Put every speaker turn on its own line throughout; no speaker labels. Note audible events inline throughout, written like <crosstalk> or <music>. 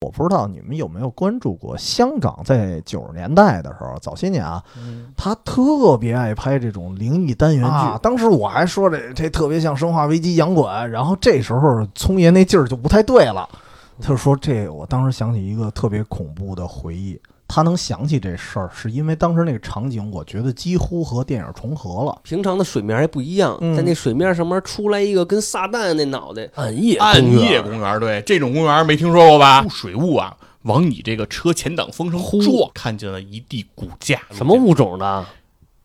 我不知道你们有没有关注过，香港在九十年代的时候，早些年啊，
嗯
他特别爱拍这种灵异单元剧。
啊
当时我还说这这特别像《生化危机》洋馆，然后这时候聪爷那劲儿就不太对了，他就说这我当时想起一个特别恐怖的回忆。他能想起这事儿，是因为当时那个场景，我觉得几乎和电影重合了。
平常的水面还不一样，
嗯
在那水面上面出来一个跟撒旦那脑袋，
暗夜
暗
公园
夜公园，对这种公园没听说过吧？水雾啊，往你这个车前挡风上撞，看见了一地骨架。
什么？物种的？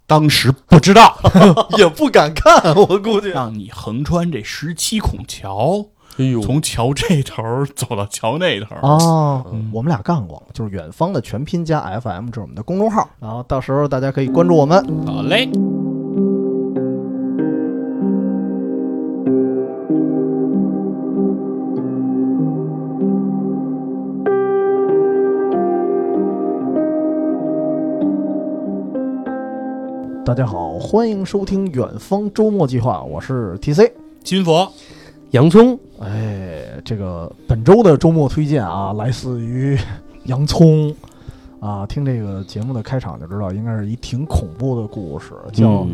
当时不知道，
<laughs>
<laughs>
也不敢看，我估计。
让你横穿这十七孔桥，
哎呦
从桥这头儿走到桥那头儿。
哦
嗯，
我们俩干过，就是远方的全拼加 FM，这是我们的公众号，然后到时候大家可以关注我们。
好嘞，
大家好，欢迎收听《远方周末计划》，我是 TC。
金佛，
洋葱，
哎，这个本周的周末推荐啊，来自于洋葱啊。听这个节目的开场就知道，应该是一挺恐怖的故事，叫
嗯
《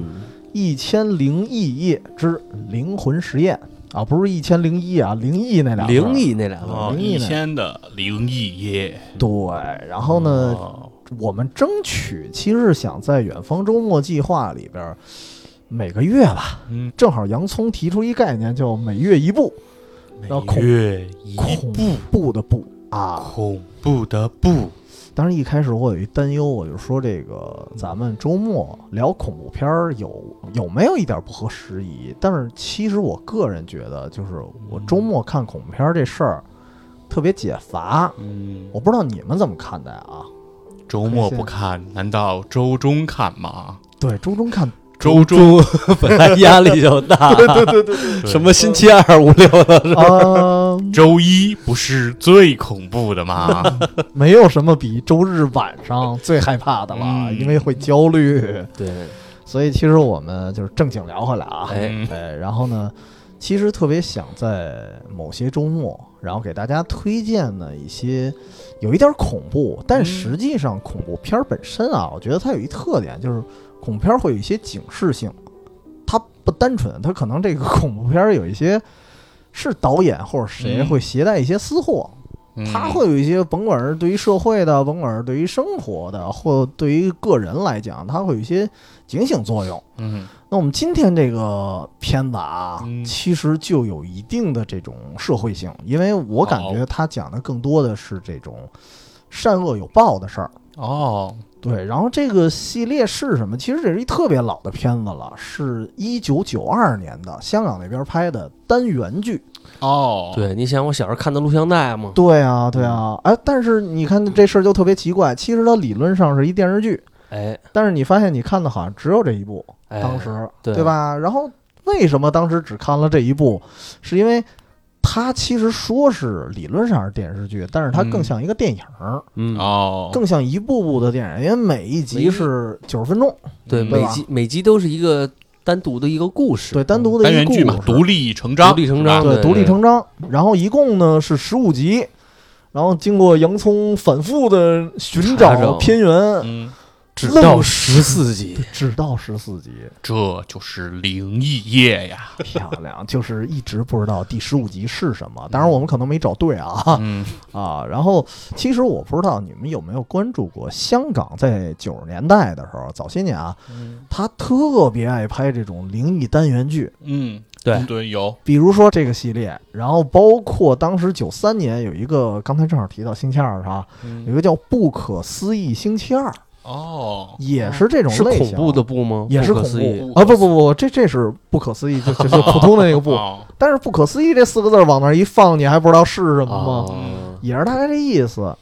一千零一夜之灵魂实验》啊，不是一千零一啊，灵异那俩字儿
灵异那俩字儿，
哦，
灵异
一
呢
仙的灵异夜。
对。然后呢，
哦
我们争取其实是想在远方周末计划里边儿，每个月吧，
嗯，
正好洋葱提出一概念叫每月一部，
每
后恐
月一
恐怖的部啊。
恐怖的不，
当时一开始我有一担忧，我就说这个咱们周末聊恐怖片儿有有没有一点不合时宜？但是其实我个人觉得，就是我周末看恐怖片儿这事儿特别解乏。
嗯，
我不知道你们怎么看待啊？
周末不看，难道周中看吗？
对， <laughs> 周中看，
周中 <laughs>
本来压力就
<laughs>
大，
对对对，
什么星期二无聊的，
啊，
周一不是最恐怖的 <laughs> 吗？
没有什么比周日晚上最害怕的了，
嗯
因为会焦虑。
对，
<laughs> 所以其实我们就是正经聊回来啊，
哎，
嗯
对，然后呢，其实特别想在某些周末，然后给大家推荐呢一些有一点恐怖，但实际上恐怖片儿本身啊，我觉得它有一特点，就是恐怖片儿会有一些警示性，它不单纯，它可能这个恐怖片儿有一些是导演或者谁
嗯
会携带一些私货。
嗯
他会有一些，甭管是对于社会的，甭管是对于生活的，或对于个人来讲，他会有一些警醒作用。
嗯
那我们今天这个片子啊，
嗯
其实就有一定的这种社会性，因为我感觉他讲的更多的是这种善恶有报的事儿。
哦，
对，然后这个系列是什么？其实这是一特别老的片子了，是一九九二年的香港那边拍的单元剧。
哦，，
对，你想我小时候看的录像带嘛，
对啊，对啊，
嗯
哎，但是你看这事儿就特别奇怪，其实它理论上是一电视剧，
哎
但是你发现你看的好像只有这一部，
哎，
当时
对
吧？然后为什么当时只看了这一部？是因为它其实说是理论上是电视剧，但是它更
嗯
像一个电影儿，
嗯，
哦，
更像一部部的电影，因为每一
每
集
一
是九十分钟，
对，
嗯
对
每
吧
集每集都是一个单独的一个故事，嗯
对，单独的
单
一
元
个
剧嘛，
故事
独立成章，
独立成
是吧
章
对，
对
独立
对
成章。然后一共呢是十五集，然后经过洋葱反复的寻
查找
找片源，
嗯，
直
愣
到十
<laughs>
四集，
只到十四
<laughs>
集，
这就是灵异夜呀。
漂亮！就是一直不知道第十五集是什么，
嗯
当然我们可能没找对啊
嗯，
<laughs> 啊。然后其实我不知道你们有没有关注过，香港在九十年代的时候，早些年啊，他特别爱拍这种灵异单元剧，
嗯，
对
对，有，
比如说这个系列，然后包括当时九三年有一个，刚才正好提到星期二是吧？
嗯
有
嗯
一个叫《不可思议星期二》，
哦，
也是这种
是
类
恐
型啊
怖的部吗？
也是
不
恐
可思议
怖啊！不不不，这这是不可思议，就就就普通的那个不。
哦
但是“不可思议”这四个字儿往那儿一放，你还不知道是什么
哦
吗？
啊，
也是大概这意思。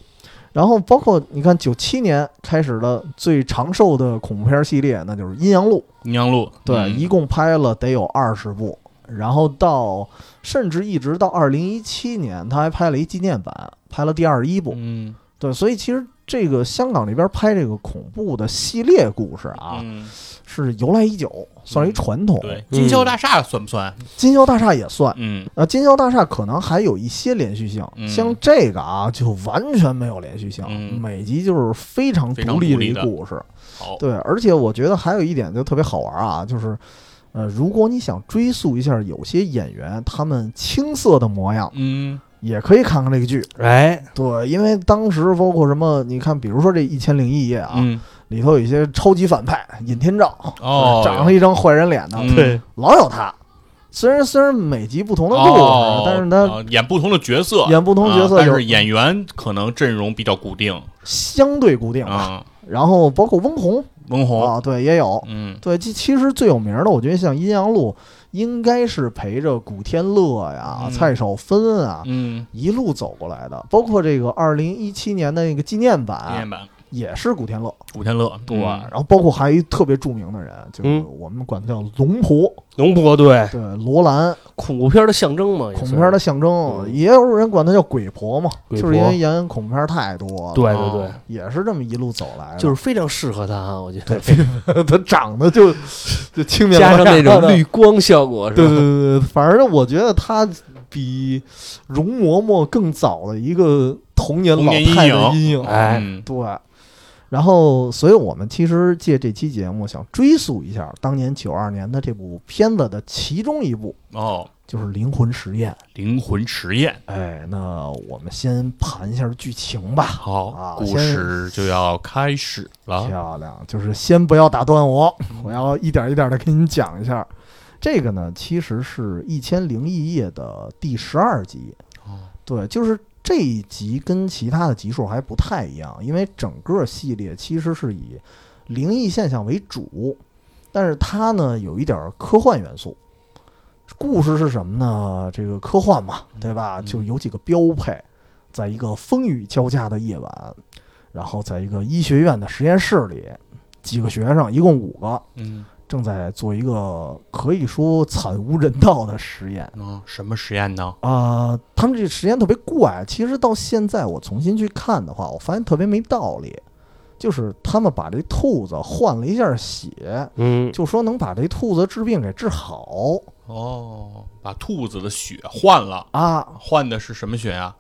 然后包括你看，九七年开始的最长寿的恐怖片儿系列，那就是《阴阳路》，
阴阳路，
对，
嗯
一共拍了得有二十部。然后到甚至一直到二零一七年，他还拍了一纪念版，拍了第二十一部。
嗯，
对，所以其实这个香港这边拍这个恐怖的系列故事啊，
嗯，
是由来已久，算是一传统。
对，金宵大厦算不算？
金宵大厦也算，
嗯
呃，金宵大厦可能还有一些连续性，
嗯
像这个啊就完全没有连续性，
嗯
每集就是非常
非常
独立
独立
一
的
故事。
好，
对，而且我觉得还有一点就特别好玩啊，就是，呃，如果你想追溯一下有些演员他们青涩的模样，
嗯
也可以看看这个剧。
哎，
对，因为当时包括什么，你看，比如说这《一千零一夜》啊，
嗯，
里头有一些超级反派尹天照，
哦
长了一张坏人脸的，
嗯对，
老有他。虽然虽然每集不同的故事，啊
哦，
但是他
哦演不同的角色，
演不同角色
啊但
有
是演员可能阵容比较固定
相对固定吧。
啊。
然后包括翁虹
翁虹，
啊，对，也有。
嗯
对，其其实最有名的，我觉得像阴阳路，应该是陪着古天乐呀、
嗯
蔡少芬啊
嗯，
一路走过来的。包括这个二零一七年的那个纪念
纪念
版，
版
也是古天乐。
古天乐，
对，
嗯
然后包括还有一特别著名的人，就是
嗯
我们管他叫龙婆，
龙婆对
对，罗
<laughs>
兰，
恐怖片的象征
哎
嘛，也
恐
算
怖片的象征，
嗯
也有人管他叫鬼婆嘛，
鬼
就是因
婆
为演恐怖片太多，
对对
哦
对，
也是这么一路走来的，
就是非常适合他啊，我觉
<laughs>
得 <laughs>
对，他长得就就青面
加上那
獠牙的
<laughs> 种绿光效果是
对对
吧？
对，对，反正我觉得他比容嬷嬷更早的一个童年
童
老
年阴
太的
影
阴影。
哎，
嗯
对，然后，所以我们其实借这期节目想追溯一下当年九二年的这部片子的其中一部，
哦，
就是《灵魂实验》。
灵魂实验，
哎，那我们先盘一下剧情吧。啊
好，故
先
事就要开始了。
漂亮，就是先不要打断我，我要一点一点的跟你讲一下。这个呢，其实是《一千零一夜》的第十二集。
哦
对，就是这一集跟其他的集数还不太一样，因为整个系列其实是以灵异现象为主，但是它呢有一点儿科幻元素。故事是什么呢？这个科幻嘛，对吧？
嗯
就有几个标配，在一个风雨交加的夜晚，然后在一个医学院的实验室里，几个学生，一共五个，
嗯，
正在做一个可以说惨无人道的实验。
嗯，什么实验呢？
啊、他们这个实验特别怪。其实到现在我重新去看的话，我发现特别没道理。就是他们把这兔子换了一下血，
嗯，
就说能把这兔子治病给治好
哦，把兔子的血换了，
啊。
换的是什么血啊？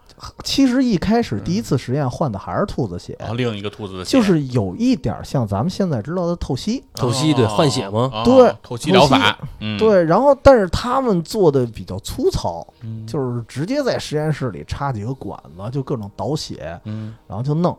其实一开始第一次实验换的还是嗯哦兔子血，
然后另一个兔子的血，
就是有一点儿像咱们现在知道的透析。
透析对
哦
换血吗？
哦
对
透析疗法，嗯，
对，然后但是他们做的比较粗糙，
嗯，
就是直接在实验室里插几个管子，就各种导血，
嗯
然后就弄。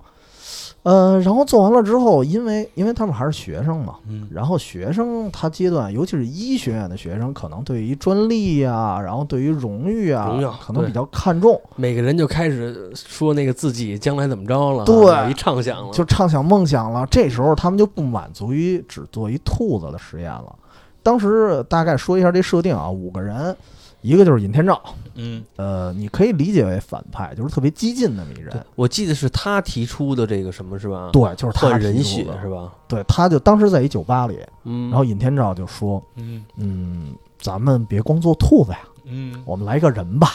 呃，然后做完了之后，因为因为他们还是学生嘛，
嗯
然后学生他阶段，尤其是医学院的学生，可能对于专利啊，然后对于荣誉啊
荣耀，
可能
对
比较看重，
每个人就开始说那个自己将来怎么着了，
对
有一畅想了，
就畅想梦想了。这时候他们就不满足于只做一兔子的实验了。当时大概说一下这设定啊，五个人，一个就是尹天照，
嗯
呃，你可以理解为反派，就是特别激进那么一人
对。我记得是他提出的这个什么是吧？
对，就是他
换人
提出
血
的
是吧？
对，他就当时在一酒吧里，
嗯，
然后尹天照就说
嗯：“
嗯，咱们别光做兔子呀，
嗯
我们来个人吧。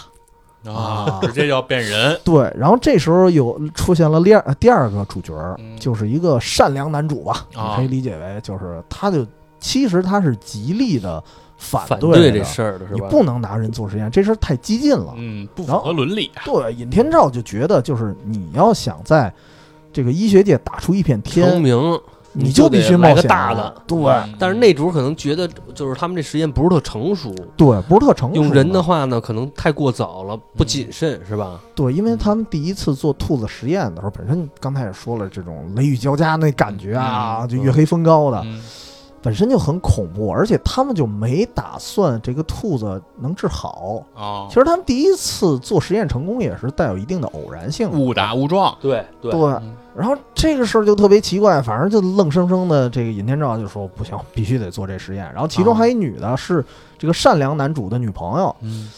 啊
啊，直接就要变人”，
对，然后这时候有出现了第二呃第二个主角儿，
嗯
就是一个善良男主吧，
啊
你可以理解为就是他就其实他是极力的反
反
对
这
个
事儿的是
你
吧？
不能拿人做实验，这事儿太激进了。
嗯，不符
然后
合伦理，
对，尹天照就觉得就是你要想在这个医学界打出一片
成
天，
名，
你
你就
必
得
须
来
冒
个
险
大
了
的。
对
嗯
但是那主可能觉得就是他们这实验不是特成熟，
对，不是特成熟。
用人的话呢，可能太过早了，不谨慎是吧？
对，因为
嗯
他们第一次做兔子实验的时候，本身刚才也说了，这种雷雨交加那感觉啊，
嗯
就月黑风高的，
嗯
本身就很恐怖，而且他们就没打算这个兔子能治好。
哦
其，实他们第一次做实验成功也是带有一定的啊偶然性的，
误打误撞，
对对
对
嗯。
然后这个事儿就特别奇怪，反正就愣生生的这个尹天照就说不行，必须得做这实验。然后其中还有一女的是这个善良男主的女朋友，
嗯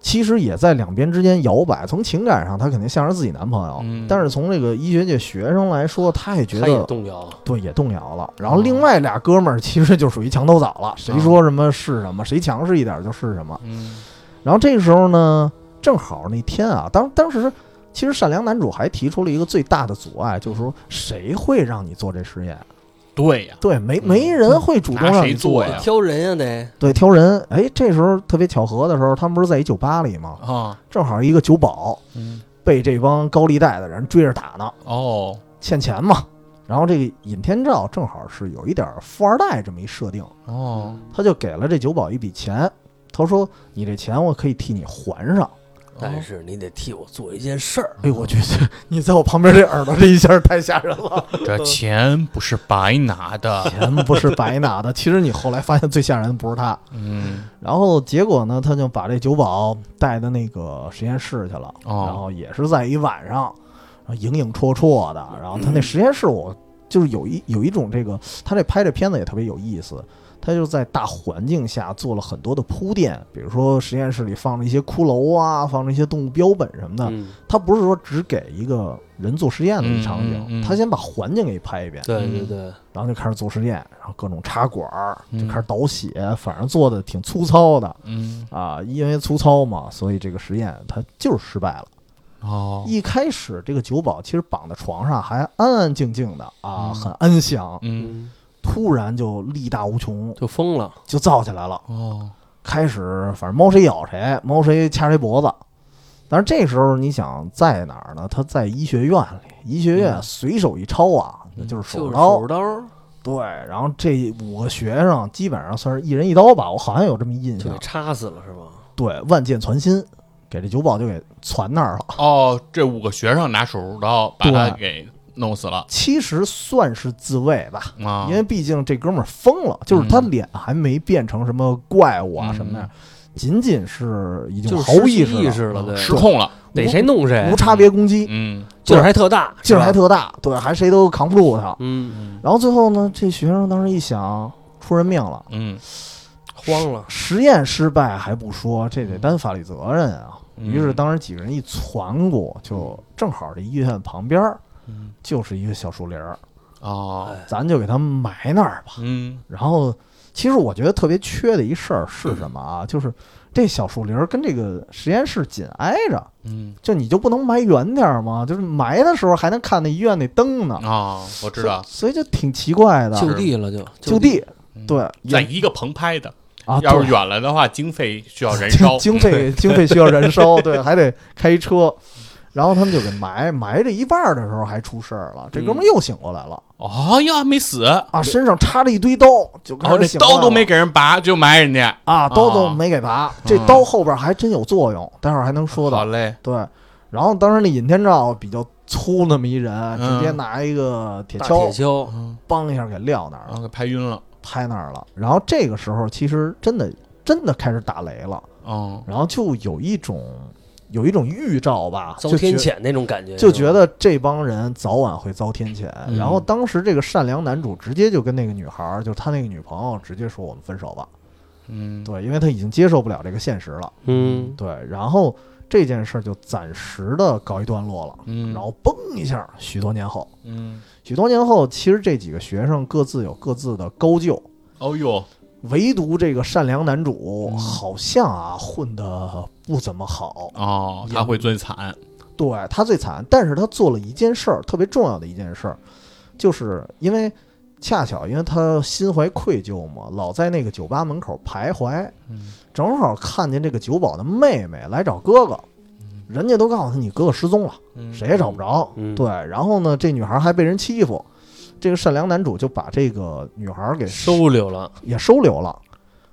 其实也在两边之间摇摆。从情感上，她肯定向着自己男朋友，
嗯
但是从这个医学界学生来说，她也觉
他也
得
动摇，
对也动摇了。然后另外俩哥们儿其实就属于墙头草了，谁说什么是什么，谁强势一点就是什么。
嗯
然后这个时候呢，正好那天啊，当当时其实善良男主还提出了一个最大的阻碍，就是说谁会让你做这实验？
对呀，
对，没
嗯
没人会主动
拿
让
谁
你
做
呀
呀。
挑人呀得，
对，挑人。哎，这时候特别巧合的时候，他们不是在一酒吧里吗？
啊，
正好一个酒保
嗯，
被这帮高利贷的人追着打呢，
哦，
欠钱嘛。然后这个尹天照正好是有一点富二代这么一设定，
哦，
他就给了这酒保一笔钱，他说：“你这钱我可以替你还上。”
但
哦
是你得替我做一件事儿。
哎呦，我觉得你在我旁边这耳朵这一下太吓人 <laughs> 了，
这钱不是白拿的，
钱不是白拿的。其实你后来发现最吓人的不是他，
嗯，
然后结果呢，他就把这酒保带到那个实验室去了，
哦
然后也是在一晚上，然后影影绰绰的。然后他那实验室我，就是有一有一种这个，他这拍这片子也特别有意思。他就在大环境下做了很多的铺垫，比如说实验室里放了一些骷髅啊，放了一些动物标本什么的。
嗯，
他不是说只给一个人做实验的一场景，
嗯嗯嗯
他先把环境给拍一遍，
对对对，
然后就开始做实验，然后各种插管儿，
嗯
就开始倒血，反正做的挺粗糙的
嗯，
啊，因为粗糙嘛，所以这个实验它就是失败了。
哦，
一开始这个酒保其实绑在床上还安安静静的啊，
嗯
很安详，
嗯，
嗯，
突然就力大无穷，
就疯了。
就造起来了。
哦，
开始反正猫谁咬谁，猫谁掐谁脖子。但是这时候你想在哪儿呢？他在医学院里，医学院随手一抄啊，那就是手
就
术
是
刀。
手术刀，
对，然后这五个学生基本上算是一人一刀吧，我好像有这么一印
就
象
给。插死了是吧？
对，万箭穿心，给这九宝就给攒那儿了。
哦，这五个学生拿手术刀把他给弄死了
其实算是自卫吧，
啊，
因为毕竟这哥们儿疯了，就是他脸还没变成什么怪物啊
嗯
什么样，仅仅是已经
就是
毫
失
无意
去
识
意
了
识了，对，
嗯失控了，
逮谁弄谁
无，差别攻击。
嗯，
劲儿还特大，
劲儿还
是吧，
特大，对，还谁都扛不住他。
嗯，
然后最后呢，这学生当时一想，出人命了，
嗯，
慌了，
实验失败还不说，这得担法律责任啊。
嗯
于是当时几个人一攒过，就
嗯
正好这医院旁边儿
嗯，
就是一个小树林儿，
哦，
咱就给他埋那儿吧。
嗯，
然后，其实我觉得特别缺的一事儿是什么啊？就是这小树林儿跟这个实验室紧挨着，
嗯，
就你就不能埋远点儿吗？就是埋的时候还能看那医院那灯呢。
啊，我知道，
所以就挺奇怪的。
就地了就
就地，对，
在
也
一个棚拍的，
啊，
要
对
是远了的话，经费需要燃烧
经， <laughs> 经费经费需要燃烧，
<laughs>
对，还得开车。然后他们就给埋埋这一半儿的时候还出事儿了，这哥们
嗯
儿又醒过来了
哦呀，没死，
啊，身上插着一堆刀，就
哦，
开始
这
醒过来
刀都
了
没给人拔就埋人家，
啊，刀都
啊
没给拔，这刀后边还真有作用，待会儿还能说到。
好嘞，
对，然后当时那尹天照比较粗那么一人，直接
嗯
拿一个铁
大
锹
铁锹，
嗯，
梆一下给撂那儿
然
了，
后给拍晕了，
拍那儿了。然后这个时候其实真的真的开始打雷了。
哦，
然后就有一种有一种预兆吧，
遭
就
天
觉
谴那种感觉，
就是
吧
觉得这帮人早晚会遭天谴。
嗯
然后当时这个善良男主直接就跟那个女孩儿，就是他那个女朋友，直接说我们分手吧。
嗯，
对，因为他已经接受不了这个现实了。
嗯，
对，然后这件事儿就暂时的告一段落了。
嗯，
然后嘣一下，许多年后，
嗯，
许多年后，其实这几个学生各自有各自的高就。
哦呦，
唯独这个善良男主
嗯
好像啊混得不怎么好，
哦，他会最惨，
对他最惨，但是他做了一件事儿，特别重要的一件事儿，就是因为恰巧因为他心怀愧疚嘛，老在那个酒吧门口徘徊，
嗯
正好看见这个酒保的妹妹来找哥哥，人家都告诉他你哥哥失踪了，
嗯
谁也找不着。
嗯
对，然后呢，这女孩还被人欺负，这个善良男主就把这个女孩给
收留了，
也收留了，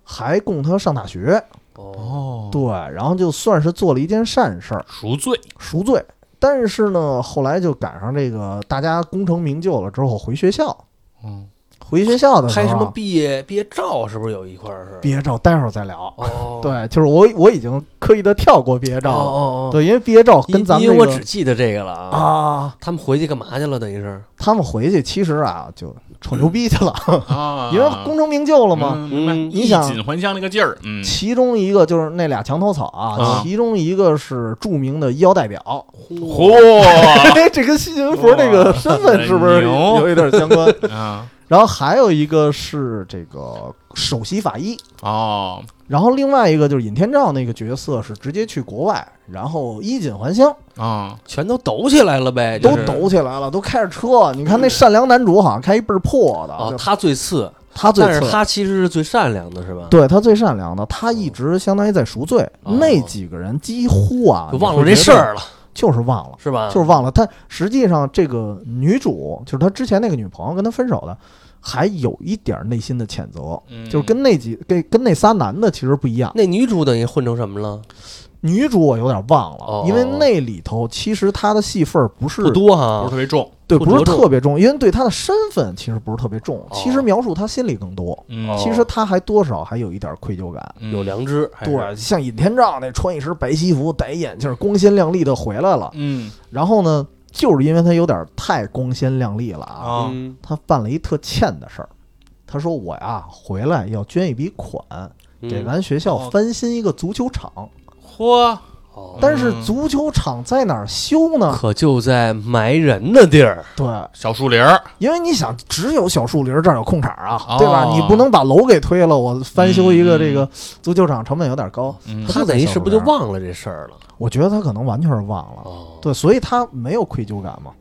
还供她上大学。
哦，
哦，
对，然后就算是做了一件善事儿。
赎罪，
赎罪。但是呢，后来就赶上这个大家功成名就了之后回学校，
嗯，
回学校的时候
拍
啊
什么毕业毕业照是不是有一块儿是？
毕业照，待会儿再聊。
哦，
对，就是我我已经刻意的跳过毕业
哦
照了，
哦哦，
对，因为毕业照
因
跟咱们
因为
这
我
个
只记得这个了啊。
啊，
他们回去干嘛去了？等于是，
他们回去其实啊就吹牛逼去了，
啊，
因为功成名就了嘛。
嗯明白
嗯
你想
衣锦还乡那个劲儿，嗯，
其中一个就是那俩墙头草啊，
啊
其中一个是著名的医药代表，
嚯，
<laughs> 哎这跟西秦佛这个身份是不是
哇
有一点相关？
啊，
然后还有一个是这个首席法医，
哦，
然后另外一个就是尹天照那个角色是直接去国外，然后衣锦还乡，
啊，
全都抖起来了呗，
都
哎就是
抖起来了，都开着车。你看那善良男主好像开一倍儿破的，
哦，
就
他最次，
他最
但是
次
他其实是最善良的，是吧？
对他最善良的，他一直相当于在赎罪。
哦
那几个人几乎啊，
就忘了这事，儿了，
就是忘了，
是吧？
就是忘了。但实际上，这个女主就是他之前那个女朋友跟他分手的，还有一点儿内心的谴责，
嗯
就是跟那几跟跟那仨男的其实不一样。
那女主等于混成什么了？
女主我有点忘了
哦，
因为那里头其实她的戏份儿不是
不多
不是
哈
特，别重，
对，
不
不是
着重
特别重，因为对她的身份其实不是特别重，其实
哦
描述她心里更多。
嗯
哦
其实她还多少还有一点儿愧疚感，
嗯
有良知，还是啊
对，像尹天照那穿一身白西服，戴一眼镜，光鲜亮丽的回来了。
嗯
然后呢，就是因为他有点太光鲜亮丽了啊，
啊，
嗯
他办了一特欠的事儿。他说：“我呀，回来要捐一笔款，给
嗯
咱学
哦
校翻新一个足球场。
嚯，
哦
但是足球场在哪儿修
<laughs>
呢？
可就在埋人的地儿，
对，
小树林儿，
因为你想，只有小树林儿这儿有空场啊，
哦
对吧？你不能把楼给推了，我翻修一个这个足球场成本有点高。
嗯
他
就在
等于
小
是不
树
就
林儿
忘了这事儿了？
我觉得他可能完全是忘了，
哦，
对，所以他没有愧疚感嘛。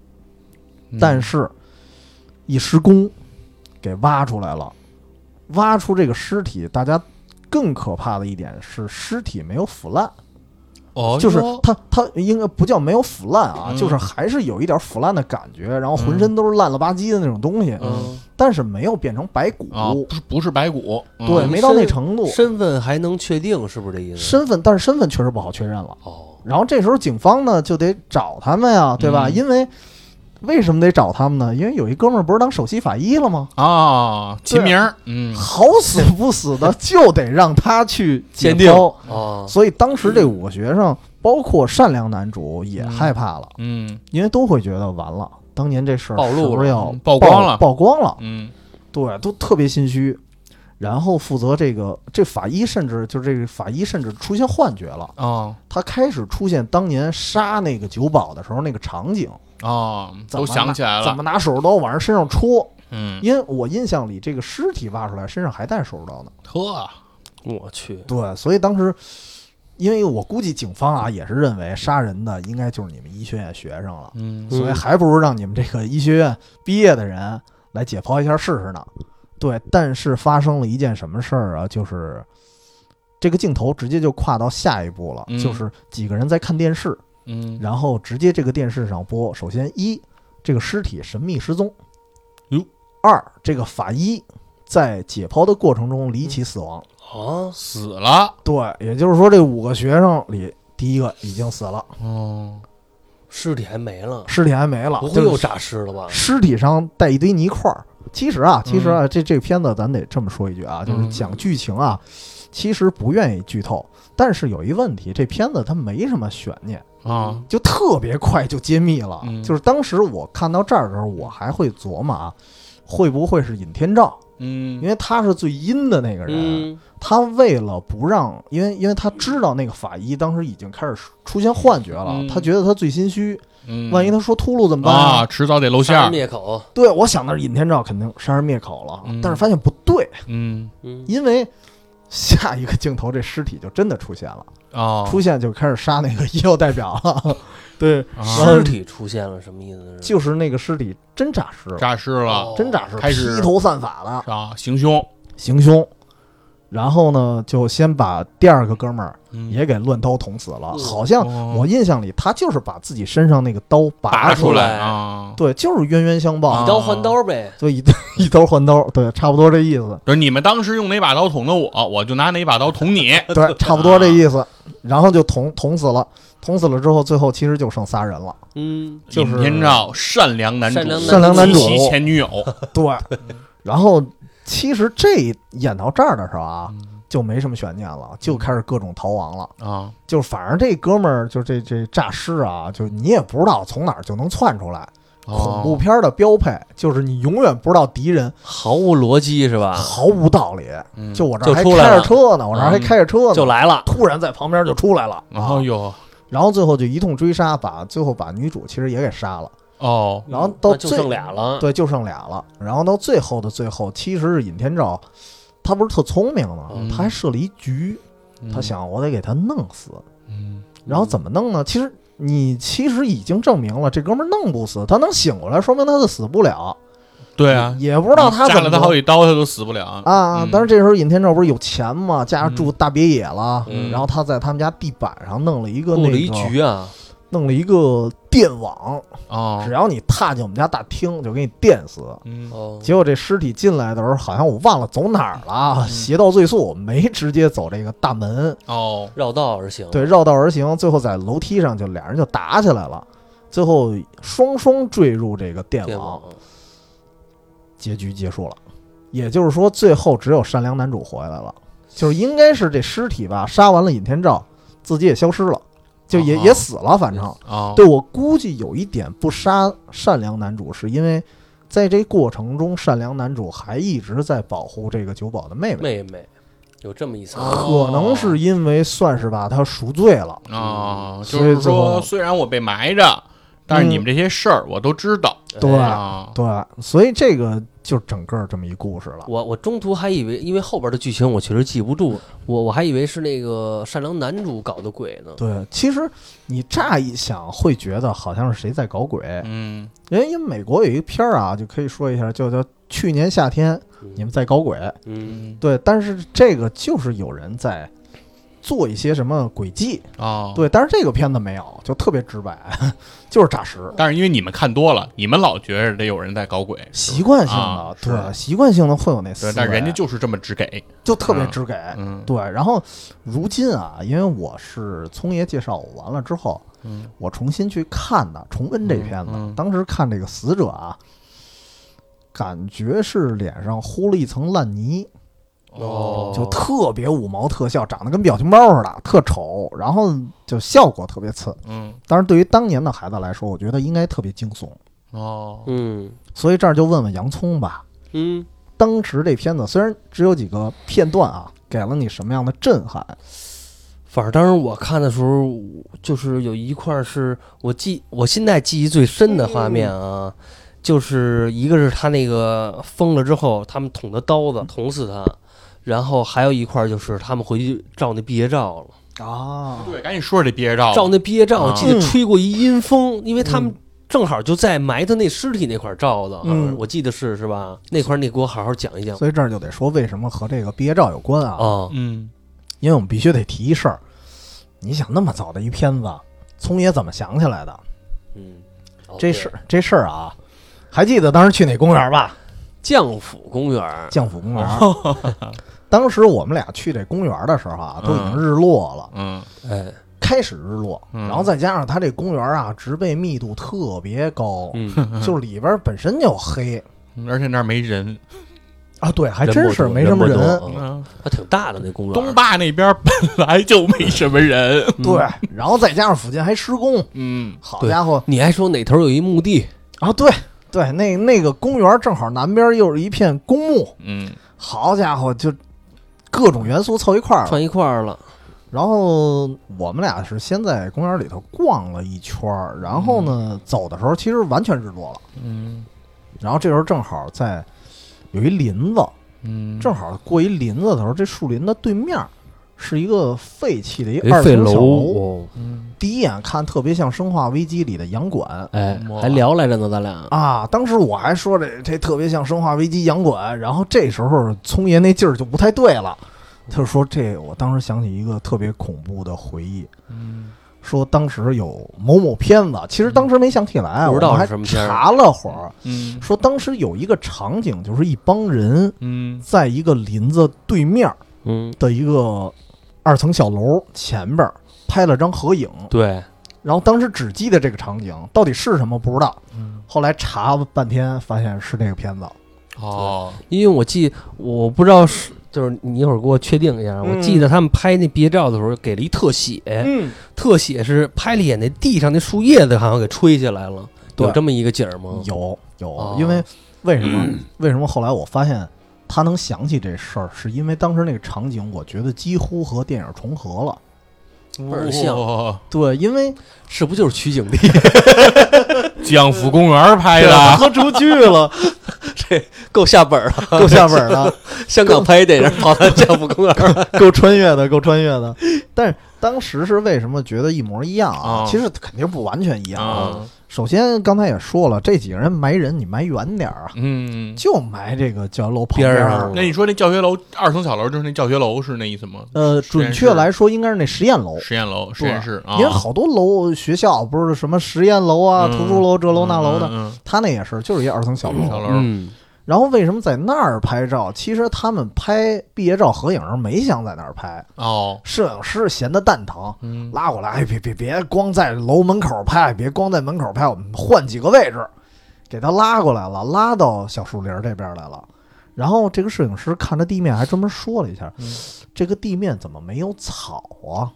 嗯
但是，一施工给挖出来了，挖出这个尸体，大家更可怕的一点是尸体没有腐烂，
哦，
就是它它应该不叫没有腐烂啊，
嗯
就是还是有一点腐烂的感觉，然后浑身都是烂了吧唧的那种东西，
嗯，
但是没有变成白骨，
啊，不是不是白骨，嗯
哦对，
嗯
没到
身
那程度。
身份还能确定，是不是这意思？
身份，但是身份确实不好确认了。
哦，
然后这时候警方呢就得找他们呀，对吧？
嗯
因为为什么得找他们呢？因为有一哥们儿不是当首席法医了吗？
啊，秦明儿，嗯，
好死不死的就得让他去解
鉴定
剖
哦，
所以当时这五个学生，包括善良男主也害怕了，
嗯
因为都会觉得完了，当年这事儿
暴露了
是不是要
曝光了
曝光了，
嗯
对，都特别心虚。然后负责这个这法医，甚至就这个法医甚至出现幻觉了，
哦
他开始出现当年杀那个酒保的时候那个场景，
哦，
怎么
都想起来
怎
了，
么拿手术刀往人身上戳？
嗯，
因为我印象里这个尸体挖出来身上还带手术刀呢。
呵，
我去，
对，所以当时，因为我估计警方啊也是认为杀人的应该就是你们医学院学生了，
嗯
所以还不如让你们这个医学院毕业的人来解剖一下试试呢。对，但是发生了一件什么事儿啊？就是这个镜头直接就跨到下一步了，
嗯
就是几个人在看电视，
嗯，
然后直接这个电视上播。首先一，这个尸体神秘失踪
哎
哟；
二，这个法医在解剖的过程中离奇死亡。
啊，
死了，
对，也就是说，这五个学生里，第一个已经死了，
哦，
尸体还没了，
尸体还没了，
不会
就是
又诈尸了吧？
尸体上带一堆泥块儿。其实啊，其实
嗯
啊，这这片子咱得这么说一句啊，就是
嗯
讲剧情啊，其实不愿意剧透，但是有一问题，这片子它没什么悬念，
啊，
就特别快就揭秘了。
嗯
就是当时我看到这儿的时候，我还会琢磨啊，会不会是尹天照？
嗯
因，为他是最阴的那个人，啊
嗯，
他为了不让，因为因为他知道那个法医当时已经开始出现幻觉了，
嗯
他觉得他最心虚，
嗯
万一他说秃噜怎么办
啊，？迟早得露馅
杀人
儿，
灭口，
对，我想的是尹天照肯定杀人灭口了，
嗯
但是发现不对，
嗯，
嗯，
因为下一个镜头这尸体就真的出现了，
啊，
出现就开始杀那个医药代表
<laughs>
了，对，
啊
尸体出现了，什么意思？
就是那个尸体真诈尸了，
诈尸了
哦
真诈尸，
开始
披头散发的
啊，行凶，
行凶。然后呢，就先把第二个哥们儿
嗯
也给乱刀捅死了，
嗯
好像
哦
我印象里，他就是把自己身上那个刀拔
拔
出
出
来，
来啊，
对，就是冤冤相报，
啊
以刀还刀呗，
就以一 <laughs> 刀还刀，对，差不多这意
<laughs>
思，
就是你们当时用哪把刀捅的我，我就拿哪把刀捅你，
对，差不多这意
啊
思，然后就捅捅死了，捅死了之后，最后其实就剩仨人
<laughs>
了，
嗯，
就是
尹天照善良男主，
善良
善良男主
及其前女友，
对，
嗯
然后其实这演到这儿的时候啊，
嗯
就没什么悬念了，就开始各种逃亡了，
啊，
就反正这哥们儿就这这诈尸啊，就你也不知道从哪儿就能窜出来，
哦
恐怖片儿的标配就是你永远不知道敌人
毫无逻辑是吧？
毫无道理。
嗯
就我这儿还
啊就出来
开着
了
车呢，我这儿还
嗯
开着车呢，
就来了，
突然在旁边就出来了，啊
然后有
然后最后就一通追杀，把最后把女主其实也给杀了，
哦，
然后到
嗯那就
最
剩俩了，
对，就剩俩了。然后到最后的最后，其实是尹天照，他不是特聪明吗？
嗯
他还设了一局，
嗯
他，想我得给他弄死。
嗯，
然后怎么弄呢？其实你其实已经证明了这哥们儿弄不死，他能醒过来，说明他就死不了。
对啊，
也不知道他
扎
怎
了
么
他好几刀，他都死不了啊
啊
嗯！
但是这时候尹天照不是有钱嘛，加上住大别野了，
嗯
然后他在他们家地板上弄了一个
布
那
了一
个，
局啊，
弄了一个电网，
哦
只要你踏进我们家大厅，就给你电死。
嗯，
哦，
结果这尸体进来的时候，好像我忘了走哪儿了啊，
嗯
邪道最速，没直接走这个大门，
哦，
绕道而行，
对，绕道而行，最后在楼梯上就俩人就打起来了，最后双双坠入这个电
电
网，
网，
结局结束了。也就是说，最后只有善良男主活下来了，就是应该是这尸体吧，杀完了尹天照，自己也消失了，就也、
哦
啊也死了，反正。
哦，
对我估计有一点不杀善良男主，是因为在这过程中，善良男主还一直在保护这个九保的妹妹，
妹妹有这么一层，
哦
可能是因为算是把他赎罪了。
哦，就
嗯所以
是
最后嗯
说，虽然我被埋着，但是你们这些事儿我都知道
对
哎
啊。
对，所以这个就整个这么一故事了。
我我中途还以为，因为后边的剧情我确实记不住，我我还以为是那个善良男主搞的鬼呢。
对，其实你乍一想会觉得好像是谁在搞鬼，
嗯，
因为因为美国有一个片儿啊，就可以说一下，就叫《去年夏天你们在搞鬼》。
嗯，
对，但是这个就是有人在做一些什么诡计，
哦，
对，但是这个片子没有，就特别直白， <laughs> 就是诈实，
但是因为你们看多了，你们老觉着得有人在搞鬼，
习惯性的，
啊是
对，习惯性的会有那思
对
维，，
但人家就这么只给，
就特别直给，
嗯，
对。然后如今啊，因为我是聪爷介绍我完了之后，
嗯
我重新去看的，重温这片子，
嗯嗯
当时看这个死者啊。感觉是脸上糊了一层烂泥，
哦
就特别五毛特效，长得跟表情包似的，特丑，然后就效果特别次。
嗯，
当然，对于当年的孩子来说，我觉得应该特别惊悚。
哦，
嗯
所以这儿就问问洋葱吧，
嗯，
当时这片子虽然只有几个片段啊，给了你什么样的震撼？
反正当时我看的时候，我就是有一块是我记，我现在记忆最深的画面啊，就是一个是他那个疯了之后，他们捅的刀子捅死他，然后还有一块就是他们回去照那毕业照了，
啊，
对，赶紧说说这毕业照吧，
照那毕业照，我记得
嗯
吹过一阴风，因为他们
嗯。
正好就在埋他那尸体那块照的，好像是
嗯
我记得是是吧？那块儿你给我好好讲一讲
所以这儿就得说为什么和这个毕业照有关啊？
啊。
嗯，
因为我们必须得提一事儿。你想那么早的一片子，聪爷怎么想起来的？
嗯，哦
这
对
事这事儿啊，还记得当时去哪公园
<laughs>
吧？
将府公园儿，
将府公园。当时我们俩去这公园的时候啊，都已经日落了，
嗯，
哎，
开始日落，
嗯
然后再加上它这公园啊，植被密度特别高，
嗯，
就里边本身就黑
嗯而且那儿没人，
啊，对，还
人
真
不
是
多
没什么
不
人。啊
多嗯
嗯，
还挺大的那公园儿，
东坝那边本来就没什么人，
嗯
对，，然后再加上附近还施工，
嗯，
好
对
家伙
你还说哪头有一墓地？
啊，对对，那那个公园正好南边又是一片公墓，
嗯，
好家伙，就各种元素凑一块儿了。
串一块儿了，
然后我们俩是先在公园里头逛了一圈儿，然后呢，走的时候其实完全日落了，
嗯，
然后这时候正好在有一林子，
嗯，
正好过一林子的时候，这树林的对面儿是一个废弃的一
有
二
一废
层小楼，
哦，
嗯，
第一眼看特别像《生化危机》里的洋馆
哎，
哇
还聊来着呢，咱俩
啊！当时我还说这这特别像《生化危机》洋馆，然后这时候聪爷那劲儿就不太对了，他就说这我当时想起一个特别恐怖的回忆，
嗯，
说当时有某某片子，其实当时没想起来，
嗯不知道
我们还
是什么片儿
查了会儿，
嗯，
说当时有一个场景，就是一帮人
嗯，
在一个林子对面儿
嗯，
的一个二层小楼前边儿拍了张合影，
对，
然后当时只记得这个场景，到底是什么不知道。
嗯，
后来查了半天，发现是这个片子。
哦，
因为我记，我不知道是。就是你一会儿给我确定一下，
嗯
我记得他们拍那毕业照的时候给了一特写，
嗯，
特写是拍了一眼那地上那树叶子，好像给吹起来了，
对
有这么一个景儿吗？
有有
哦，
因为为什么？为什么后来我发现他能想起这事儿，是因为当时那个场景，我觉得几乎和电影重合了。
倍儿像
哇
对，因为
是不就是取景地？
江府公园拍的，
<laughs> 合出
<laughs>
剧了，
这够下本儿了。
够下本儿了，
香港拍电影跑到江浦公园儿，
够穿越的，够穿越的。但是当时是为什么觉得一模一样啊？
啊
其实肯定不完全一样。
啊
首先，刚才也说了，这几个人埋人，你埋远点儿啊，
嗯。
就埋这个教学楼旁
边
儿
儿上
那你说那教学楼二层小楼就是那教学楼是那意思吗？
呃，
实验
准
室
确来说应该是那实验楼，
实验楼、实验室啊，
因为好多楼学校不是什么实验楼啊、
嗯
图书楼这楼那楼的，
嗯，
他那也是，就是一二层小楼。
小楼
嗯，
然后为什么在那儿拍照？其实他们拍毕业照合影儿没想在那儿拍，
嗯哦，
摄影师闲得蛋疼，
嗯，
拉过来，哎，别别别光在楼门口拍，别光在门口拍，我们换几个位置，给他拉过来了，拉到小树林这边来了。然后这个摄影师看着地面，还专门说了一下，
嗯
这个地面怎么没有草啊？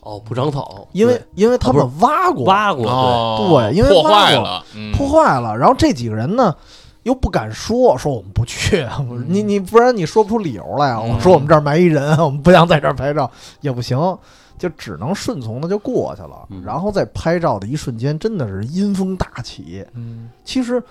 哦，不长草，
因为
对
因为他
啊
们挖过，
挖过，对，
哦，
对因为
破
挖
坏
过
了，嗯
破坏了。然后这几个人呢，又不敢说，说我们不去，你你不然你说不出理由来啊。
嗯
我说我们这儿埋一人，我们不想在这儿拍照也不行，就只能顺从的就过去了
嗯。
然后在拍照的一瞬间，真的是阴风大起。
嗯
其实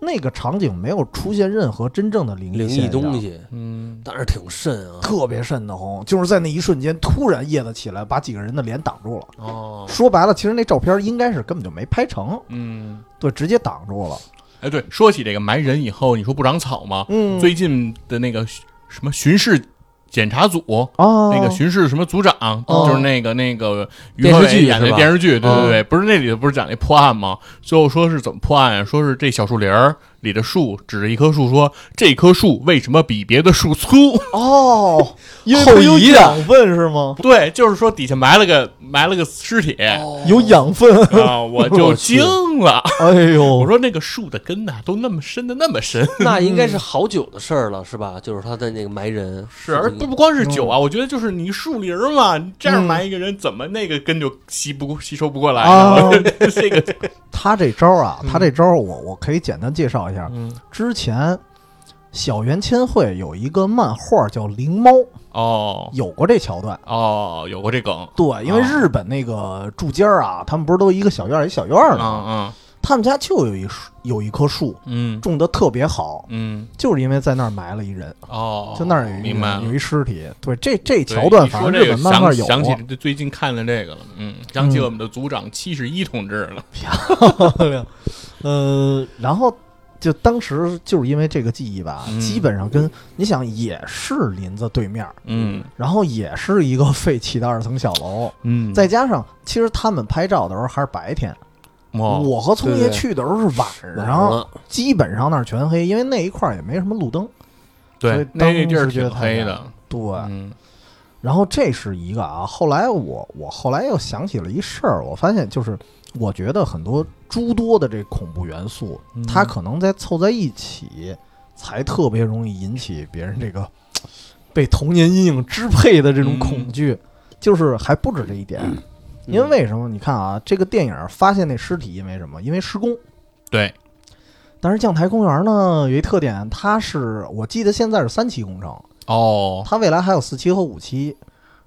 那个场景没有出现任何真正的灵
灵异
异
东
西。
西，
嗯，
但是挺瘆啊。
特别瘆得慌，就是在那一瞬间，突然叶子起来，把几个人的脸挡住了。
哦，
说白了，其实那照片应该是根本就没拍成，
嗯，
对，直接挡住了。
哎，对，说起这个埋人以后，你说不长草吗？
嗯，
最近的那个巡什么巡视检查组，
哦
啊，
那个巡视什么组长，
哦
就是那个那个于
电
和
视
伟
剧
演
是
的
吧哦
电视剧，对对对，不是那里头不是讲那破案吗？最后说是怎么破案？说是这小树林儿里的树指着一棵树说，这棵树为什么比别的树粗？ <laughs>
哦，因为
后
它有
移的
养分是吗？
对，就是说底下埋了个埋了个尸体。
有养分，
<laughs> 啊！我就
哦 <laughs> 我去
惊了， <laughs>
哎
我
呦，
说那个树的根呐、都那么深的那么深，
那应该是好久的事儿了，是吧？就是他的那个埋人，
是而不不光
嗯
是酒啊，我觉得就是你树林儿嘛，你这样埋一个人，怎么那个根就吸不过吸收不过来
啊
呢？ <laughs> 这个，
他这招啊，他这招我我可以简单介绍一下。
嗯，
之前小原千惠有一个漫画叫《灵猫》，
哦，
有过这桥段。
哦，有过这梗，
对，因为日本那个住家儿啊，他们不是都一个小院儿一小院儿吗？
嗯
他们家就有一树，有一棵树
嗯
种的特别好，
嗯，
就是因为在那儿埋了一人，
哦，
就那儿有一
明白
人
了
有一尸体。对，这这
对
桥段，
一
反
说
正
这
日
个
本漫画
想
有
想
过。
起最近看了这个了，嗯，想起我们的组长七十一同志了，
<laughs> 漂亮。呃，然后就当时就是因为这个记忆吧，
嗯
基本上跟你想也是林子对面儿，
嗯
然后也是一个废弃的二层小楼，
嗯
再加上其实他们拍照的时候还是白天，
哦，
我和聪
对
爷
对
去的时候是晚
晚
上，
了，
基本上那儿全黑，因为那一块儿也没什么路灯。所以
对，
当
那地儿
时觉得
挺
太
黑
远
的，
对，
嗯
然后这是一个啊。后来我我后来又想起了一事儿，我发现就是我觉得很多诸多的这恐怖元素，
嗯
它可能在凑在一起，才特别容易引起别人这个被童年阴影支配的这种恐惧。就是还不止这一点，因为为什么？你看啊，这个电影发现那尸体，因为什么？因为施工。
对，
但是将台公园呢，有一特点，它是我记得现在是三期工程，
哦，
它未来还有四期和五期，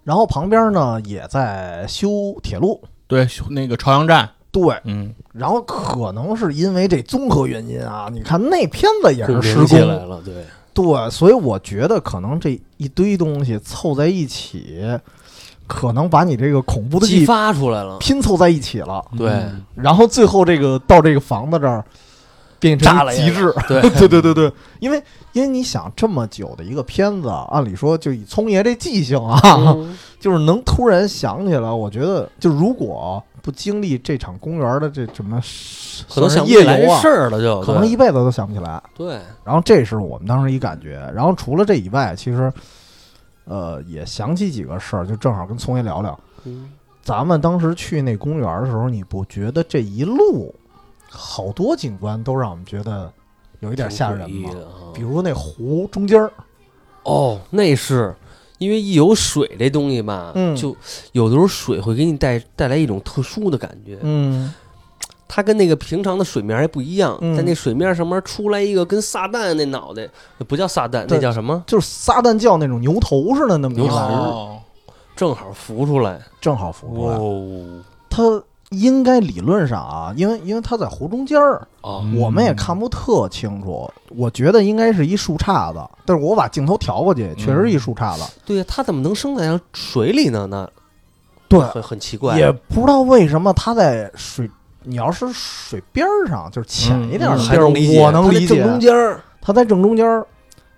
然后旁边呢也在修铁路，
对，那个朝阳站，
对，
嗯，
然后可能是因为这综合原因啊，你看那片子也
更
是
连
施
起来
工，
了，对，
对，所以我觉得可能这一堆东西凑在一起，可能把你这个恐怖的
激
记忆
发出来了，
拼凑在一起了，
对
嗯
然后最后这个到这个房子这儿变
炸
成
了
极
也
致，
对
<laughs> 对对对对，因为因为你想这么久的一个片子，啊按理说就以聪爷这记性啊，
嗯
就是能突然想起来，我觉得就如果不经历这场公园的这什么，
可能想不
夜
起来
游
这
啊
事，儿了，就
可能
对
一辈子都想不起来。
对，
然后这是我们当时一感觉。然后除了这以外，其实呃也想起几个事儿，就正好跟聪爷聊聊。
嗯
咱们当时去那公园的时候，你不觉得这一路好多景观都让我们觉得有一点吓人
挺
吗
诡异？的啊
比如那湖中间儿，
哦，那是因为一有水这东西吧，
嗯
就有的时候水会给你带带来一种特殊的感觉，
嗯，
它跟那个平常的水面还不一样，
嗯
在那水面上面出来一个跟撒旦那脑袋，那不叫撒旦，
对
那叫什么？
就是撒旦教那种牛头似的那么一
牛
个
头
玩意儿，
哦，
正好浮出来，
正好浮出来。
哦
它应该理论上啊，因为因为它在湖中间儿，
嗯
哦，
我们也看不特清楚。我觉得应该是一树杈子，但是我把镜头调过去，确实
嗯
是一树杈子。
对呀，它怎么能生在水里呢？那
对，
很很奇怪，啊
也不知道为什么它在水，你要是水边儿上，就是浅一点儿
嗯
的
还
地儿，
能理解，
我能
它在
理解。
正中间儿，
它在正中间儿，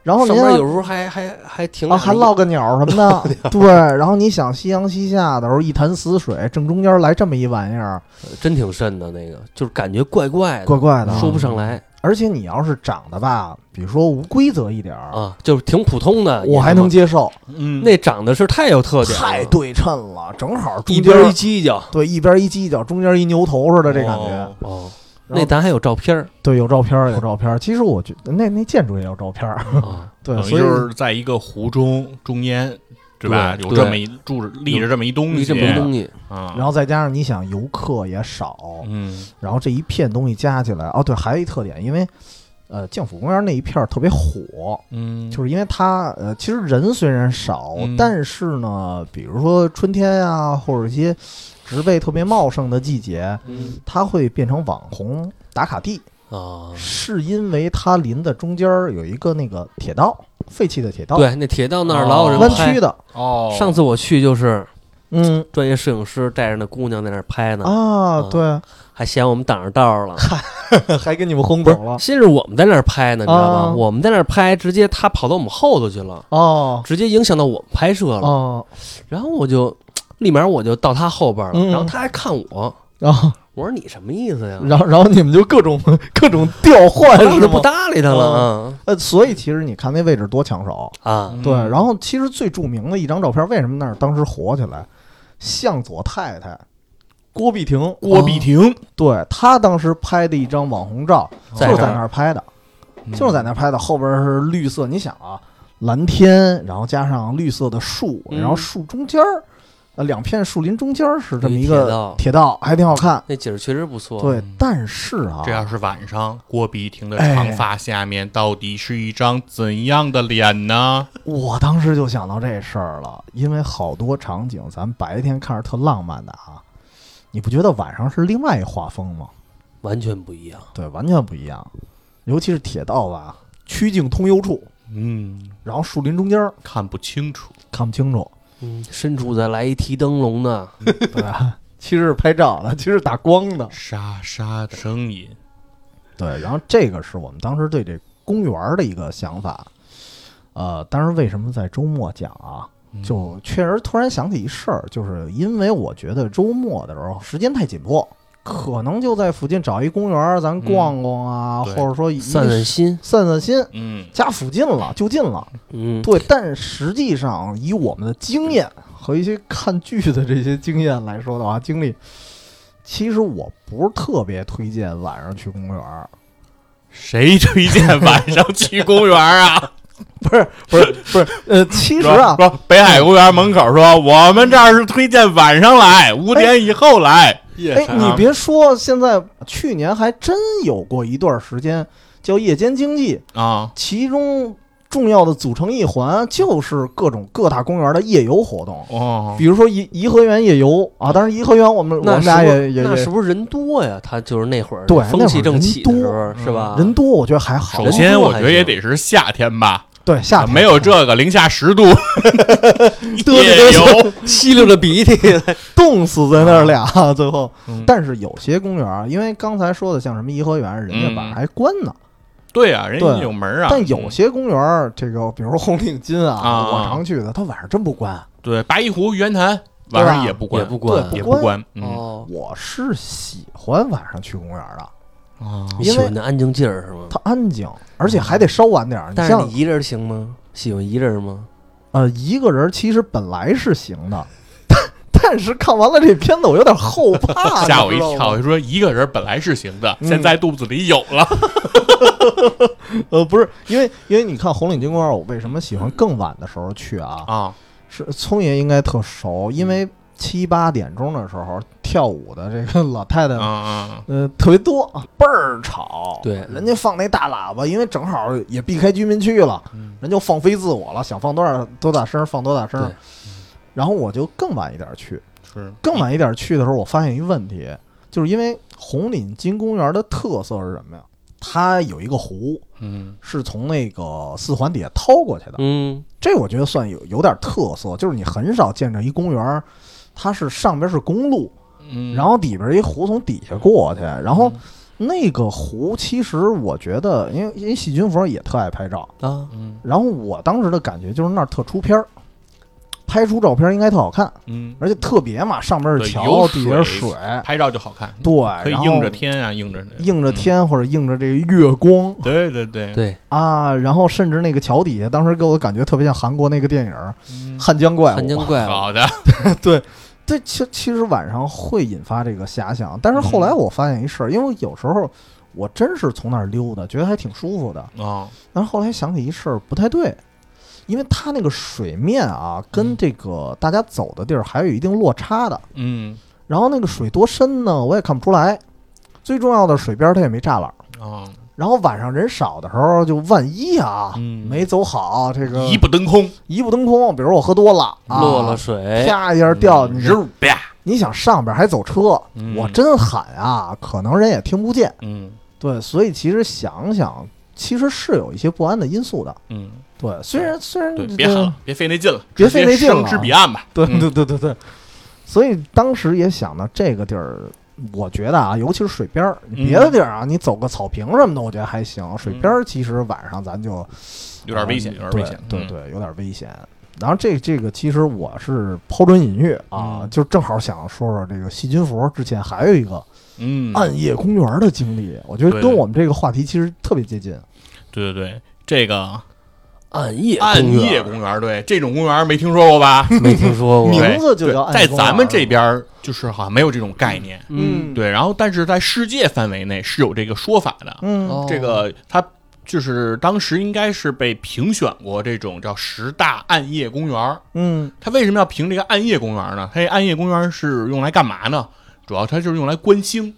然后
上
您
边
要
有时候还还还挺
啊，还落个鸟什么
<laughs>
的，对。然后你想夕阳西下的时候，一潭死水，正中间来这么一玩意儿，
真挺瘆的那个，就是感觉怪怪的，
怪怪的。
哎说不上来
而且你要是长得吧，比如说无规则一点儿，
啊，就是挺普通的，
我还能接受，
嗯，
那长得是太有特点了，啊
太对称了，正好中
一
间
边一犄角。
对一边一犄角，中间一牛头似的这感觉
哦。
哦，
然后
那咱还有照片儿
对，有照片儿有照片儿。其实我觉得那那建筑也有照片儿，
啊，
对，
等于
所以
就是在一个湖中中间，对吧？
对
有这么一住着立着这么一东
你
西，
这么一东西，
啊，
然后再加上你想游客也少，
嗯
然后这一片东西加起来，哦，对，还有一特点，因为呃，政府公园那一片儿特别火，
嗯，
就是因为它呃，其实人虽然少，
嗯
但是呢，比如说春天啊，或者一些植被特别茂盛的季节，
嗯
它会变成网红打卡地，
啊，
是因为它临的中间儿有一个那个铁道，废弃的铁道，
对，那铁道那儿老有人
弯
拍
曲。的，
哦，
上次我去就是
嗯
专业摄影师带着那姑娘在那儿拍呢，
啊，
嗯
对，
还嫌我们挡着道儿了。
还给你们轰走了
先是我们在那儿拍呢，你知道吗？
啊
我们在那儿拍，直接他跑到我们后头去了，
哦
直接影响到我们拍摄了。
哦
然后我就立马我就到他后边了，
嗯
然后他还看我，
然后
我说你什么意思呀？
然后然后你们就各种各种调换
后来我
是
就不
吗？
搭理他了啊
呃，所以其实你看那位置多抢手，
啊！
嗯
对。然后其实最著名的一张照片，为什么那儿当时火起来？向左太太，郭碧婷，啊
郭碧婷
对她当时拍的一张网红照，就
在
是
这
在
儿嗯
那儿拍的，
嗯
就是在那儿拍的。后边是绿色，你想啊，蓝天，然后加上绿色的树，
嗯
然后树中间儿，呃，两片树林中间儿是这么一
有一铁
个
道嗯
铁道，还挺好看。
那景儿确实不错，
对，但是啊，
这要是晚上，郭碧婷的
哎
长发下面到底是一张怎样的脸呢？
我当时就想到这事儿了，因为好多场景咱白天看着特浪漫的啊，你不觉得晚上是另外一画风吗？
完全不一样。
对，完全不一样。尤其是铁道吧，曲径通幽处，
嗯，
然后树林中间儿
看不清楚。
看不清楚，
嗯，身处在来一提灯笼呢，
对吧？其实是拍照的，其实是打光的。
沙沙的声音，
对，然后这个是我们当时对这公园儿的一个想法。呃，当然，为什么在周末讲啊？就确实突然想起一事儿，就是因为我觉得周末的时候时间太紧迫，可能就在附近找一公园儿，咱逛逛啊，
嗯对
或者说一
散散心。
散散心，
嗯，
家附近了就近了。
嗯，
对，但实际上以我们的经验和一些看剧的这些经验来说的话，经历，其实我不是特别推荐晚上去公园儿。
谁推荐晚上去公园啊？
不是不是不是，呃，其实啊，
说说北海公园门口说，我们这儿是推荐晚上来，五点以后来。夜
<laughs> 哎，你别说，现在去年还真有过一段时间叫夜间经济，
啊，
其中重要的组成一环就是各种各大公园的夜游活动，
哦，
比如说颐颐和园夜游啊，当然颐和园我们我
那
们
是
俩
不
也
是
也
那是
也
不是人多呀？他就是那会儿嗯
对
风气正起的时
那会
候，是吧？
人多，我觉得还好
首。先我觉得也得是夏天吧，
对，夏天
没有这个零下
<laughs>
十度
对
夜
对对，
游，
<laughs> 吸溜着鼻涕，
冻死在那儿俩 <laughs> 最后
嗯。
但是有些公园，因为刚才说的像什么颐和园，人家晚上还关呢。
对啊，人家
对
有门嗯儿啊。
但有些公园儿，这个比如说红领巾啊，
啊
我常去的，它晚上真不关。
对白一湖、圆潭晚上也不
也
关，
不管
对
也
不关
关。嗯
哦。
我是喜欢晚上去公园儿的，
啊，
哦
你喜欢那安静劲儿是吗？
它安静，而且还得稍晚点儿。
但是
像
你一人行吗？喜欢一人吗？
呃一个人，其实本来是行的， <laughs> 但是看完了这片子，我有点后
<laughs>
怕，
吓我一
你知道吗
跳！。就说一个人本来是行的，
嗯
现在肚子里有了。
呃，不是，因为因为你看红领巾公园，我为什么喜欢更晚的时候去啊？ <laughs>
啊，
是聪爷应该特熟，因为七八点钟的时候，跳舞的这个老太太们
嗯嗯，
呃，特别多，啊，倍儿吵。
对
人家放那大喇叭，因为正好也嗯避开居民区了，人就放飞自我了，想放多大多大声儿放多大声儿
对。
然后我就更晚一点去，
嗯是
更晚一点去的时候，我发现一问题，就是因为红领巾公园的特色是什么呀？它有一个湖，
嗯
是从那个四环底下掏过去的，
嗯，
这我觉得算有有点特色，就是你很少见着一公园儿，它是上边是公路，
嗯，
然后底边一湖从底下过去，然后那个湖其实我觉得，因为因为细菌佛也特爱拍照，
啊，
嗯
然后我当时的感觉就是那儿特出片儿，拍出照片应该特好看，
嗯，
而且特别嘛，上边是
对
桥，
有
底下是
水
水，
拍照就好看，
对，
可以
然后
映着天啊，映着
映着，天或者映着这个月光
嗯对对对，
对，
啊，然后甚至那个桥底下，当时给我的感觉特别像韩国那个电影儿
嗯
《汉江怪物》啊
汉江怪物，
好的，
对，这其其实晚上会引发这个遐想，但是后来我发现一事儿，因为有时候我真是从那儿溜达，觉得还挺舒服的，
哦，
但是后来想起一事儿不太对，因为它那个水面啊，跟这个大家走的地儿还有一定落差的，
嗯
然后那个水多深呢，我也看不出来，最重要的水边儿它也没栅栏。
哦，
然后晚上人少的时候，就万一啊、
嗯
没走好，这个
一步登空，
一步登空，比如我喝多了，啊、
落了，水，
啪一下掉进去，
入吧，
你想上边还走车，
嗯
我真喊啊，可能人也听不见。
嗯
对，所以其实想想，其实是有一些不安的因素的。
嗯，
对，虽然虽然
对，别喊了，别费那劲了，
别
直接
费那劲了
生之彼岸吧，
对
嗯
对对对对，所以当时也想到这个地儿。我觉得啊，尤其是水边儿，你别
嗯
的地儿啊，你走个草坪什么的，我觉得还行。水边儿其实晚上咱就
有点危险，有
呃
点危险，
对
嗯，
对对，有点危险。然后这这个其实我是抛砖引玉啊，
嗯
就正好想说说这个细菌佛之前还有一个
嗯，
暗夜公园的经历，我觉得
对
跟我们这个话题其实特别接近。
对对对，这个
暗夜
暗
公园
夜公园，对，这种公园没听说过吧？
没听说
<laughs>
<laughs> 过
名，
对
字就
对
叫暗
在
夜公园啊
咱们这边儿就是好像没有这种概念，
嗯，
对，然后但是在世界范围内是有这个说法的，
嗯
哦
这个它就是当时应该是被评选过这种叫十大暗夜公园儿。
嗯
它为什么要评这个暗夜公园呢？它这暗夜公园是用来干嘛呢？主要它就是用来观星，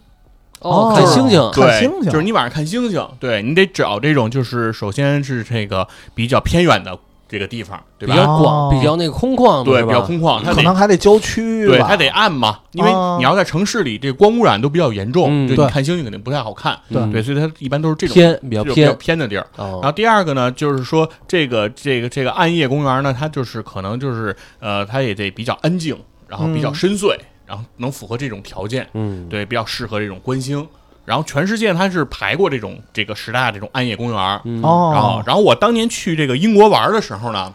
哦，
哦
看星星，
看
对，
星星
就是你晚上看星星，对你得找这种就是首先是这个比较偏远的这个地方，对
比
吧？
较
哦
广，比较那个空旷嘛，
对，
是
比
吧
较空旷，
可
它啊得
能还得郊区吧，
对，它得暗嘛，因为
啊
你要在城市里，这光污染都比较严重，
嗯
对
对
你看星星肯定不太好看。
嗯
对，所以它一般都是这种
偏比较
这种比较
偏，
偏的地儿。然后
哦，
第二个呢，就是说这个这个这个暗夜公园呢，它就是可能就是呃，它也得比较安静，然后比较
嗯
深邃，然后能符合这种条件，
嗯，
对，比较适合这种观星。然后全世界它是排过这种这个十大这种暗夜公园，
嗯，
哦，
然后，然后我当年去这个英国玩的时候呢，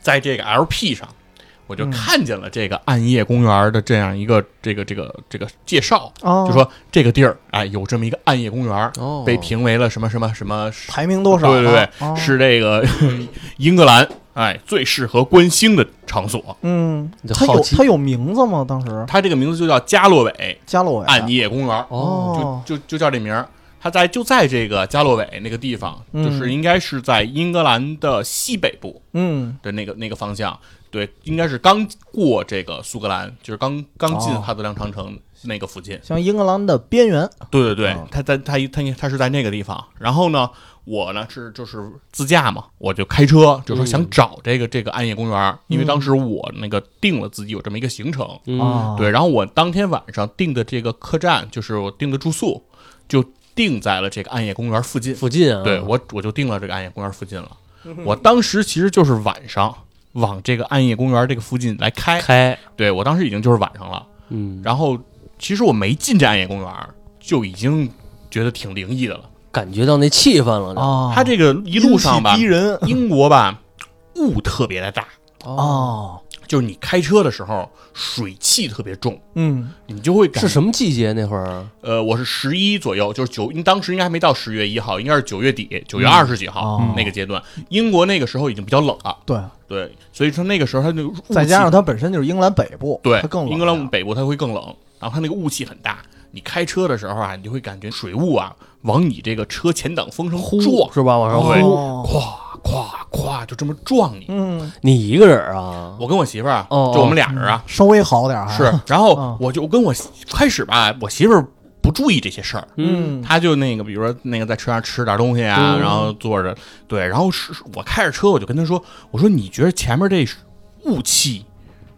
在这个 LP 上，我就
嗯
看见了这个暗夜公园的这样一个这个这个这个介绍，
哦
就说这个地儿哎有这么一个暗夜公园，
哦，
被评为了什么什么什么，
排名多少啊？
对对对，
哦
是这个 <laughs> 英格兰哎最适合观星的场所。
嗯，
就
它
好
有
奇
它有名字吗？当时
它这个名字就叫加洛韦
加洛韦
暗夜公园，
哦，
啊哦
就就就叫这名儿。它在就在这个加洛韦那个地方，
嗯
就是应该是在英格兰的西北部，
嗯
的那个那个方向，对，应该是刚过这个苏格兰，就是刚刚进
哦
哈德良长城那个附近。
像英格兰的边缘，
对对对
哦，
他在他他他是在那个地方。然后呢，我呢是就是自驾嘛，我就开车，就说想找这个这个暗夜公园，因为当时我那个定了自己有这么一个行程，
嗯
啊
对，然后我当天晚上订的这个客栈，就是我订的住宿，就定在了这个暗夜公园附近。
附近啊，
对我我就定了这个暗夜公园附近了。我当时其实就是晚上往这个暗夜公园这个附近来开，
开，
对我当时已经就是晚上了。
嗯，
然后其实我没进这暗夜公园，就已经觉得挺灵异的了。
感觉到那气氛了呢，
啊，
它这个一路上吧
阴气，逼人
英国吧雾特别的大，
哦，
就是你开车的时候水汽特别重，
嗯
你就会感
是什么季节那会儿？啊
呃，我是十一左右，就是九，当时应该还没到十月一号，应该是九月底，九月二十几号、
哦
那个阶段。英国那个时候已经比较冷了，
对，
对，所以说那个时候它那个雾
再
气
加上它本身就是英格兰北部，
对
它更冷
英格兰
呀
北部它会更冷，然后它那个雾气很大，你开车的时候啊，你就会感觉水雾啊往你这个车前挡风上撞，
是吧？往上
对
呼，
哦
咵咵咵就这么撞你。
嗯，
你一个人啊？
我跟我媳妇儿啊，
哦
就我们俩人啊，
稍微好点儿还
是，然后
嗯
我就跟我开始吧，我媳妇儿不注意这些事儿，
嗯
他就那个，比如说那个在车上吃点东西啊，
嗯
然后坐着，对，然后是是我开着车，我就跟他说，我说你觉得前面这雾气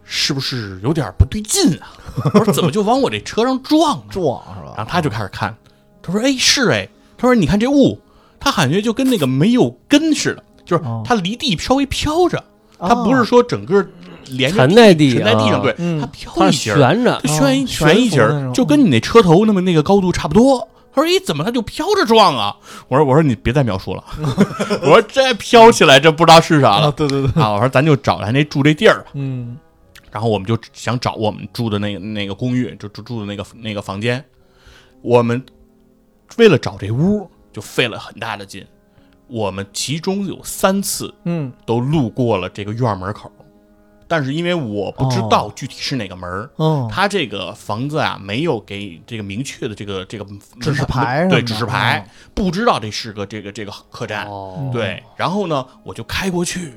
是不是有点不对劲啊？我说怎么就往我这车上撞呢？
撞是吧？
然后他就开始看，他说：“哎，是哎。”他说：“你看这雾，它感觉就跟那个没有根似的，就是
哦
它离地稍微飘着，它
哦
不是说整个连着
缠在地
沉在地上，
啊
对，
嗯
它飘
它
一
是
截儿，
悬着
它，旋一
哦悬
旋一
浮
截
那
儿，
种嗯
就跟你那车头那么那个高度差不多。”他说：“哎，怎么它就飘着撞啊？”我说：“我说你别再描
<laughs>
述了，我说这飘起来这不知道是啥
啊，
了
对对对，
啊！我说咱就找咱那住这地儿吧。”
嗯，
然后我们就想找我们住的那个那个公寓，就住住的那个那个房间。我们为了找这屋，就费了很大的劲。我们其中有三次
嗯，
都路过了这个院门口，但是因为我不知道具体是哪个门儿，
哦，
他这个房子啊没有给这个明确的这个这个
指示牌嗯什么
对
的
指示牌，不知道这是个这个这个客栈。
哦，
对，然后呢，我就开过去，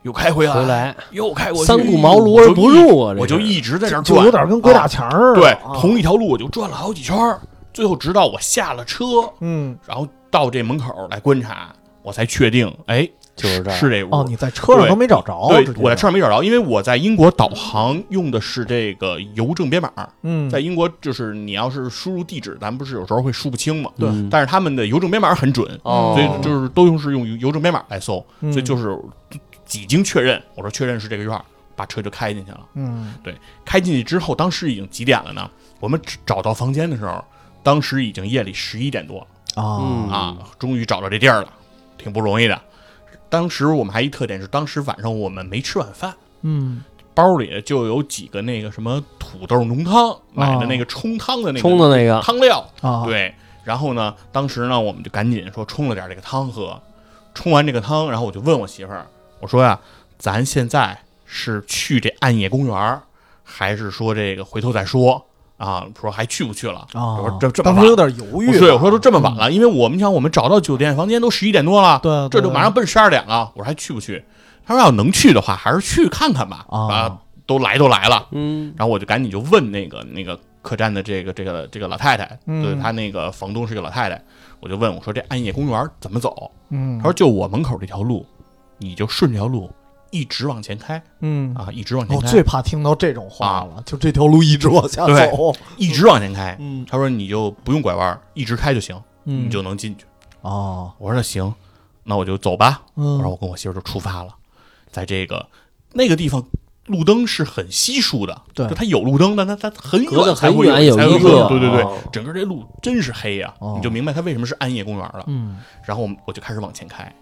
又开回来，
回来
又开过去，
三顾茅庐而不入啊，
我就
这是
一直在那儿
就
转，
有点跟鬼打
啊
墙似的，
对
嗯
啊，
同一条路我就转了好几圈儿，最后直到我下了车，
嗯，
然后到这门口来观察，我才确定，哎，
就是这儿
是这屋。
哦，你在车上
对
都没找着，
对
直，接
我在车，上没找着，因为我在英国导航用的是这个邮政编码，
嗯，
在英国就是你要是输入地址，咱们不是有时候会输不清嘛，
对
嗯
但是他们的邮政编码很准，
哦，
所以就是都用是用邮政编码来搜，
嗯
所以就是几经确认，我说确认是这个院儿，把车就开进去了。
嗯，
开进去之后，当时已经几点了呢？我们只找到房间的时候，当时已经夜里十一点多了
啊，
嗯
啊，终于找到这地儿了，挺不容易的。当时我们还一特点是，当时晚上我们没吃晚饭，
嗯，
包里就有几个那个什么土豆浓汤买的那个冲汤的那个
冲的那个
汤料，
啊，
对。然后呢，当时呢，我们就赶紧说冲了点这个汤喝，冲完这个汤，然后我就问我媳妇儿，我说呀、咱现在是去这暗夜公园儿，还是说这个回头再说啊？说还去不去了？
啊
我说这这么
当
晚
时有点啊犹豫
我
了，
对，我说都这么晚了，因为我们想我们找到酒店房间都十一点多了，
嗯对对
这就马上奔十二点了。我说还去不去？他说要能去的话，还是去看看吧。
啊
啊，都来都来了，
嗯，
然后我就赶紧就问那个那个客栈的这个这个这个老太太，
嗯
对她那个房东是个老太太，我就问我说这暗夜公园怎么走？
嗯
她，说就我门口这条路，你就顺这条路一直往前开
嗯，
啊，一直往前
我
开，
最怕听到这种话了，就这条路一直往下
对
走，
一直往前开。
嗯
她说你就不用拐弯，一直开就行，
嗯，
你就能进去。
哦，
我说那行，那我就走吧。
嗯，
然后我跟我媳妇就出发了，在这个那个地方。路灯是很稀疏的，
对
就它有路灯，但它它很
隔得
远才
很
会
远有
才
一
会
个，
对对对，
哦
整个这路真是黑呀、
哦
你就明白它为什么是暗夜公园了。
嗯
然后我们我就开始往前开，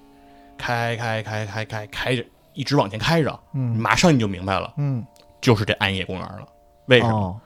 开开开开开开着，一直往前开着，
嗯
马上你就明白了，
嗯，
就是这暗夜公园了。为什么、
哦？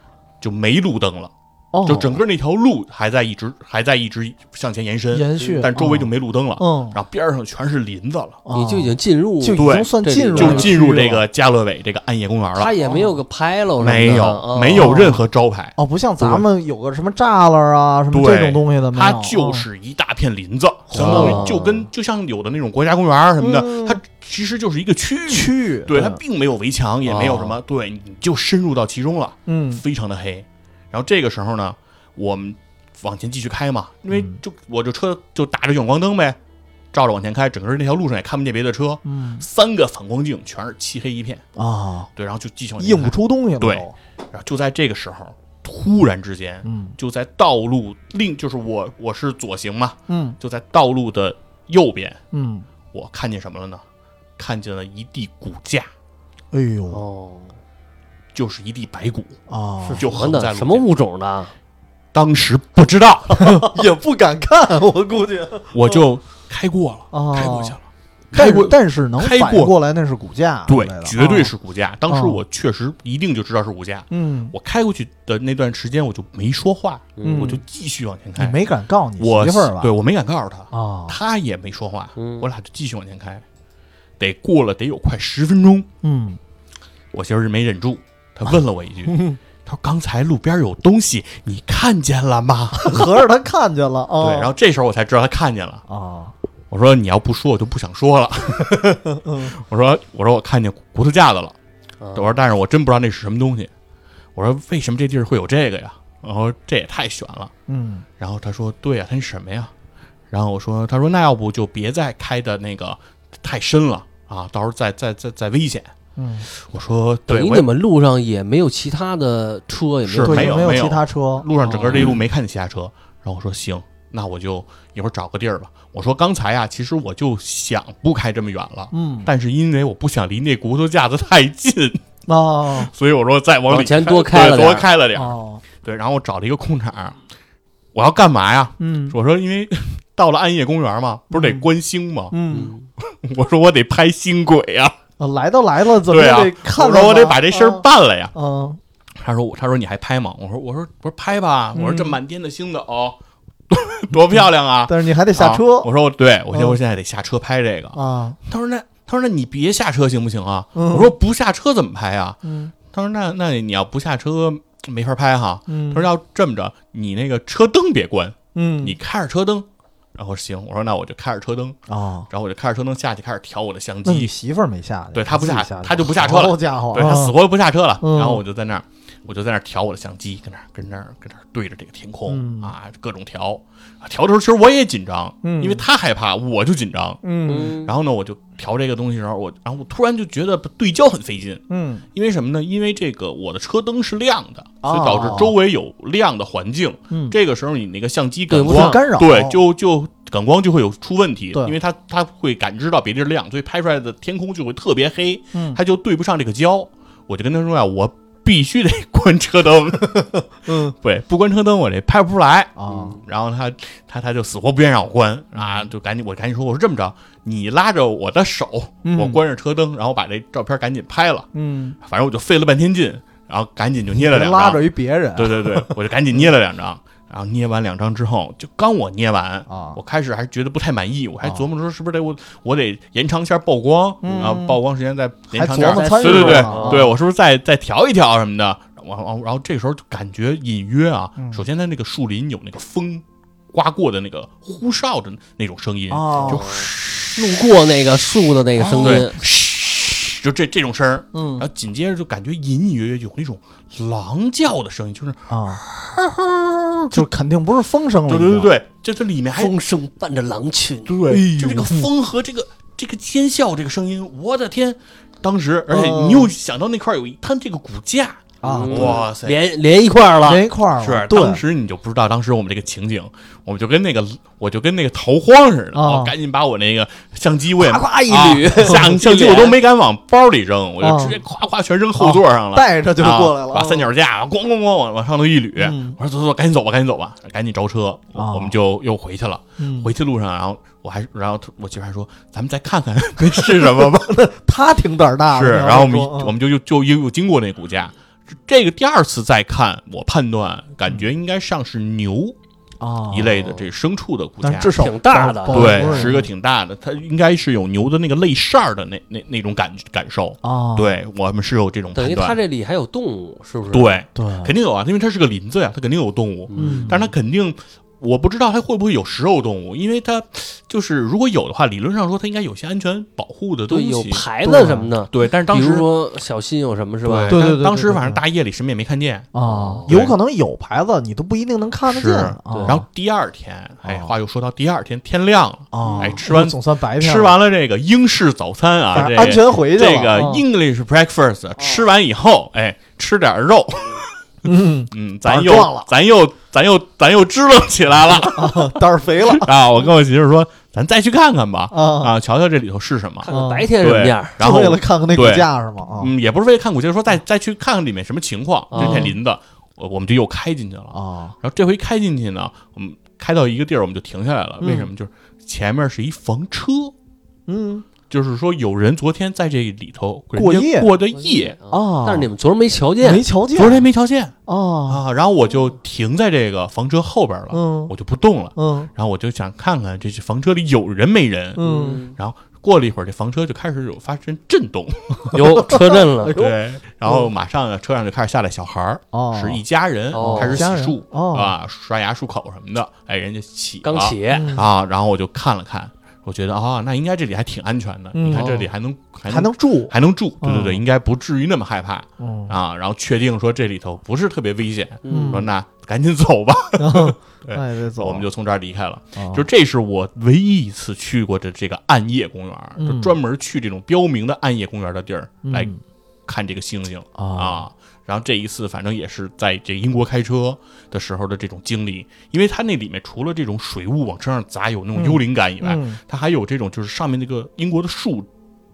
就没路灯了？
哦，
就整个那条路还在一直还在一直向前延伸，
延续，
但周围就没路灯了，
哦
然后边上全是林子了，
嗯，
哦你就已经进入，
就已
对
经算进入了
嗯
就
这
是
个
进
区
入
了
这个加勒伟这个暗夜公园了
他。也没有个拍喽什么的，
没有
啊
没有任何招牌，
哦，不像咱们有个什么栅栏啊，什么
对
这种东西的，没有哦
它就是一大片林子，相当于就跟就像有的那种国家公园儿什么的，
嗯
它其实就是一个区域。
区域，
对，它并没有围墙，也没有什么，
哦
对，你就深入到其中了，
嗯
非常的黑。然后这个时候呢，我们往前继续开嘛，因为
嗯
就我这车就打着远光灯呗，照着往前开，整个那条路上也看不见别的车，
嗯
三个反光镜全是漆黑一片，
啊，
对，然后就继续往前
印不
开。
出东西了，
对，然后就在这个时候，突然之间，
嗯
就在道路另就是我我是左行嘛，
嗯
就在道路的右边，
嗯，
我看见什么了呢？看见了一地骨架，
哎呦
哦，
就是一地白骨，
啊，
就
什么
横在
的
路
什么
边？
物种的？
当时不知道，
<laughs> 也不敢看，我估计
我就哦开过了，
啊，
开过去了，
但
开
是
过。
但是能
开
反
过
应过来那是骨架之类
对
的，，
绝对
啊
是骨架。当时
哦
我确实一定就知道是骨架。
嗯，
我开过去的那段时间，我就没说话，
嗯
我就继续往
你
前开。
没敢告你
哎我
媳妇儿吧？
对我没敢告诉他，
啊，
他也没说话，
嗯
我俩就继续往前开。得过了得有快十分钟，
嗯，
我媳妇儿没忍住，她问了我一句：“她说刚才路边有东西，你看见了吗
嗯合着他看见了？” <laughs> 啊，
对，然后这时候我才知道她看见了。
啊，
我说：“你要不说，我就不想说了。 <laughs>
嗯”
我说：“我说我看见骨头架子了。”
啊
我说：“但是我真不知道那是什么东西。”我说：“为什么这地儿会有这个呀？”然后这也太悬了。
嗯
然后她说：“对呀、它是什么呀？”然后我说：“她说那要不就别再开的那个太深了啊，到时候再再再再危险。”
嗯，
我说
等
对，
于
我
你
也
们路上也没有其他的车，也没
是
有
对，
没
也
有
没
没有
其他车，
路上整个这一路没看见其他车。然后我说行，那我就一会儿找个地儿吧。我说刚才呀、啊其实我就想不开这么远了，
嗯，
但是因为我不想离那骨头架子太近， <laughs>
哦
所以我说再往里
往前
开
多开了
对多
点儿
开了点儿。
哦，
对，然后我找了一个空场，我要干嘛呀？
嗯
我说因为到了暗夜公园嘛，不是得
嗯
观星吗？
嗯，
嗯，
我说我得拍星轨呀、
哦来都来了，怎么
对
也
啊
得看看
我
吧？
说我得把这事儿
啊，
办了呀。
嗯，
他说我，他说你还拍吗？我说我说我说拍吧。
嗯
我说这满天的星斗、 <laughs> 多多漂亮啊！
但是你还得下车
啊我说我对，我现
嗯
我现在得下车拍这个。
啊，
他说那他说那你别下车行不行啊？
嗯
我说不下车怎么拍啊？
嗯
他说那那你要不下车没法拍哈。
嗯，
他说要这么着，你那个车灯别关，
嗯，
你开着车灯。然后行，我说那我就开着车灯，
啊，
然后我就开着车灯下去开始调我的相
那你
机。
媳妇儿没下去，
对她不
自己
下
下去，
她就不下车了
好家伙，
对他
啊
死活不下车了，
嗯
然后我就在那儿，我就在那儿调我的相机，跟那儿跟那儿跟那儿对着这个天空、
嗯
啊，各种调。啊调的时候其实我也紧张，
嗯
因为他害怕，我就紧张。
嗯
嗯
然后呢，我就调这个东西的时候，我然后我突然就觉得对焦很费劲，
嗯
因为什么呢？因为这个我的车灯是亮的，
哦
所以导致周围有亮的环境。
嗯，
这个时候你那个相机
对
感
不
光
会干扰
对，就就感光就会有出问题，
对
因为它它会感知到别地儿亮，所以拍出来的天空就会特别黑。
嗯
他就对不上这个焦。我就跟他说呀、我必须得关车灯，
嗯
对，不关车灯我这拍不出来。
啊
然后他他他就死活不愿意让我关
嗯
啊，就赶紧我赶紧说，我说这么着，你拉着我的手，
嗯
我关着车灯，然后把这照片赶紧拍了。
嗯，
反正我就费了半天劲，然后赶紧就捏了两张，
拉着一别人，
对对 <laughs> 对，我就赶紧捏了两张。然后捏完两张之后，就刚我捏完
啊
我开始还觉得不太满意，我还琢磨说是不是得我我得延长一下曝光，
哦嗯
然后曝光时间再延
还
长点
琢
儿
磨
再
参与啊
对对对
呢
对，我是不是再再调一调什么的？然后然后然后这时候就感觉隐约啊，
嗯
首先它那个树林有那个风刮过的那个呼哨的那种声音，
哦
就
路过那个树的那个声
对
音，，
嘘，就这这种声儿。
嗯
然后紧接着就感觉隐隐约约有那种狼叫的声音，就是
啊，就肯定不是风声了，哎
对对对，对，这这里面还
风声伴着狼群，
对
就这个风和这个这个尖笑这个声音，我的天！当时，而且
嗯
你又想到那块儿有一摊这个骨架，
啊，
嗯
哇塞
连连一块儿了，
连一块儿了
是
啊对，
当时你就不知道当时我们这个情景，我就跟那个我就跟那个逃荒似的，
啊
我赶紧把我那个相机我也
夸夸一
啊
捋
<laughs>
相相机我都没敢往包里扔，我
啊
就直接夸夸全扔后座上了。
带着就过来了，
啊把三脚架咣咣咣往往上头一捋，
嗯
我说走走走，赶紧走吧，赶紧走吧，赶紧招车，
啊
我们就又回去了。
嗯
回去路上，然后我还，然后我媳妇还说，咱们再看 <laughs> 看那是什么吧。
他挺胆儿大的，
是，
你要
然后我们
说嗯
一我们就又就又又经过那骨架，这个第二次再看，我判断感觉应该像是牛
啊
一类的这牲畜的骨
但
架
是，至少
挺大的
保保护
对，
人
是个挺大的，它应该是有牛的那个肋扇儿的那那那种感感受。
啊，
对我们是有这种
等
判
于它
断，
这里还有动物，是不是？，
对，
对，
肯定有啊，因为它是个林子呀，它肯定有动物。
嗯
但是它肯定，我不知道它会不会有食肉动物，因为它就是如果有的话，理论上说它应该有些安全保护的东
对，
西。
有牌子什么的，
对，但是当
比
时
如说小心有什么是吧？
对
但
对对
当时
对
反正
对
大夜里什么也没看见。
啊，
对
有可能有牌子，你都不一定能看得
是
见啊。
然后第二天，哎，
哦
话又说到第二天天亮了，
啊，
哎吃完
总算白天了，
吃完了这个英式早餐啊，
反
这
正安
个
全回去了哦
这个
啊
English breakfast 吃完以后，哎，吃点肉，
嗯，
嗯，
胆
咱
儿
又
壮了
咱又咱又咱又支棱起
<laughs>
来了
<laughs> 胆儿肥了
啊！我跟我媳妇说，咱再去看看吧，
啊，
啊，瞧瞧这里头是什么。
看看白天什么样。
然
就
后
为了看看那骨
对
架是吗？啊，
嗯，也不是为了看古建，说再再去看看里面什么情况，
啊
嗯
这片林子，我我们就又开进去了。
啊，
然后这回开进去呢，我们开到一个地儿，我们就停下来了。
嗯
为什么？就是前面是一房车，
嗯
就是说有人昨天在这里头
过夜
人家过的夜，
啊，
哦但是你们昨儿没瞧见
没，瞧见，
昨天没瞧见
啊，
啊。然后我就停在这个房车后边了，
嗯
我就不动了。
嗯
然后我就想看看这是房车里有人没人。
嗯，
过了一会儿，这房车就开始有发生震动，
有车震
哎
了，
哎对， <laughs> 然后马上呢，车上就开始下来小孩儿，
哦，
是一家人
哦
开始洗
家人
漱
哦
啊，刷牙漱口什么的，哎，人家起
刚
了
起，
嗯
啊，然后我就看了看，我觉得啊，那应该这里还挺安全的，
嗯
你看这里还能还
还能住，
还能住，对对对，
嗯
<laughs> 应该不至于那么害怕
嗯 <laughs>
啊。然后确定说这里头不是特别危险，
嗯
说那赶紧走吧。对
那也得走，
我们就从这儿离开了。
啊
就这是我唯一一次去过的这个暗夜公园，
嗯
就专门去这种标明的暗夜公园的地儿
嗯
来看这个星星
啊，
啊。然后这一次，反正也是在这英国开车的时候的这种经历，因为它那里面除了这种水雾往车上砸有那种
嗯
幽灵感以外，
嗯
它还有这种就是上面那个英国的树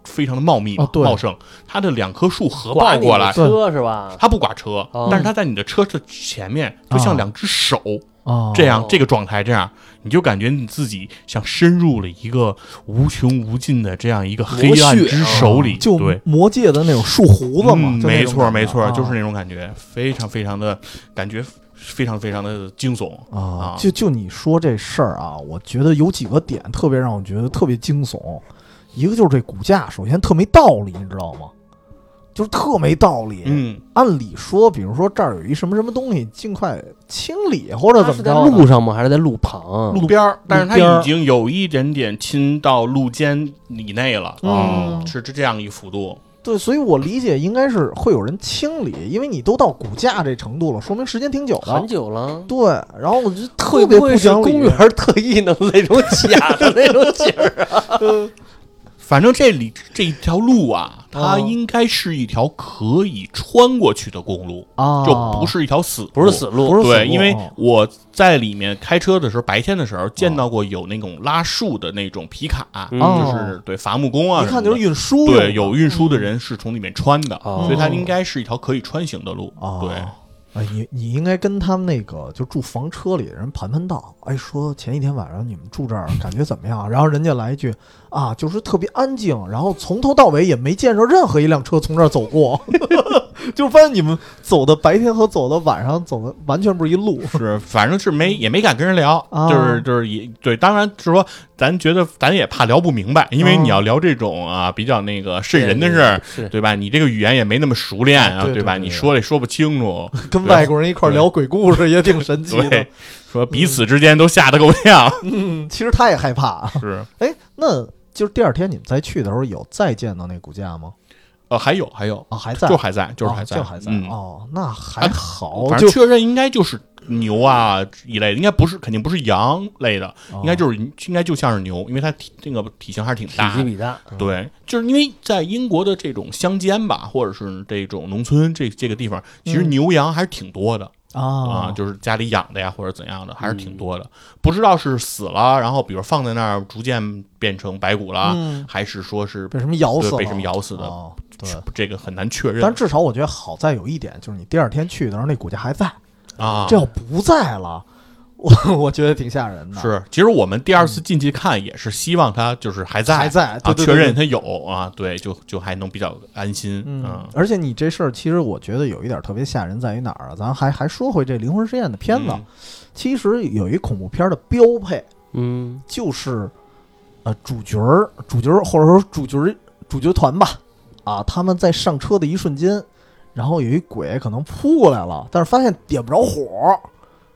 非常的茂密嘛、
哦对
茂盛，它的两棵树合
刮
抱
你
过来
的，车是吧？
它不刮车，
哦
但是它在你的车的前面，就
哦
像两只手、
啊，
这样
哦，
这个状态这样，你就感觉你自己像深入了一个无穷无尽的这样一个黑暗
魔血
之
啊
手里，
哦就
对。
魔界的那种树胡子嘛，
嗯
就那种
没错
感觉
没错，
啊
就是那种感觉，非常非常的感觉，非常非常的惊悚
啊
啊，
就就你说这事儿啊，我觉得有几个点特别让我觉得特别惊悚，一个就是这骨架，首先特没道理，你知道吗？就是特没道理。
嗯，
按理说，比如说这儿有一什么什么东西，尽快清理或者
它
怎
是
么
在
着的。
路上吗？还是在路旁？
路边儿，但是它
嗯路边儿
已经有一点点侵到路肩以内了，哦
嗯
是这这样一个幅度，
对，所以我理解应该是会有人清理，因为你都到骨架这程度了，说明时间挺久了
很。久了。
对，然后我就特别
会
不
会是
讲理。
公园儿特意弄那种假的那种景儿？
反正这里这一条路啊，它
哦
应该是一条可以穿过去的公路，
啊，
就不是一条死路，
不是死路，
不是死
对，
路
因为
哦
我在里面开车的时候，白天的时候见到过有那种拉树的那种皮卡，
嗯
哦
就是对伐木工啊
一
什么的，
看就是嗯运输用的。
对有运输的人是从里面穿的，
哦
所以它应该是一条可以穿行的路。
啊，
对，
哎，你你应该跟他们那个就住房车里的人盘盘道，哎，说前一天晚上你们住这儿感觉怎么样？然后人家来一句啊，就是特别安静，然后从头到尾也没见着任何一辆车从这儿走过， <laughs> 就发现你们走的白天和走的晚上走的完全不是一路
是反正是没也没敢跟人聊，
啊
就是就是也对，当然是说咱觉得咱也怕聊不明白，因为
哦
你要聊这种啊比较那个瘆
对
人的
对
事儿。
是
对吧？你这个语言也没那么熟练啊，
对对
吧？
对
你
对
说也说不清楚，
跟外国人一块儿聊鬼故事也挺神奇的
对。，说彼此之间都吓得够
<laughs>
呛，
嗯，其实他也害怕。
是。
哎，那就是第二天你们再去的时候有再见到那骨架吗？
呃，还有还有，
啊，还在，
就还在，就是还在，
哦就还在。
嗯，
哦，那还
哎
好，
反
就
正确认应该就是牛啊一类的，应该不是，肯定不是羊类的，应
哦
该就是应该就像是牛，因为它体那个体型还是挺
体
大
积
的。
比大，嗯
对，就是因为在英国的这种乡间吧，或者是这种农村这这个地方，其实
嗯
牛羊还是挺多的
啊
啊，就是家里养的呀，或者怎样的，还是挺
嗯
多的。不知道是死了，然后比如放在那儿逐渐变成白骨了，
嗯，
还是说是
被什么咬死
对
了？
被什么咬死的，
哦对，
这个很难确认
但至少我觉得好在有一点，就是你第二天去的时候那骨架还在，
啊。
这要不在了， <laughs> 我我觉得挺吓人的。
是，其实我们第二次进去看也是希望他就是还在，
还在，
啊，
对对
确
对
认他有啊，对，就就还能比较安心，
嗯，而且你这事儿，其实我觉得有一点特别吓人，在于哪儿啊？咱还还说回这灵魂实验的片子，
嗯
其实有一恐怖片的标配
嗯，
就是，呃，主角儿、主角儿或者说主角儿、主角团吧，啊，他们在上车的一瞬间，然后有一鬼可能扑过来了，但是发现点不着火，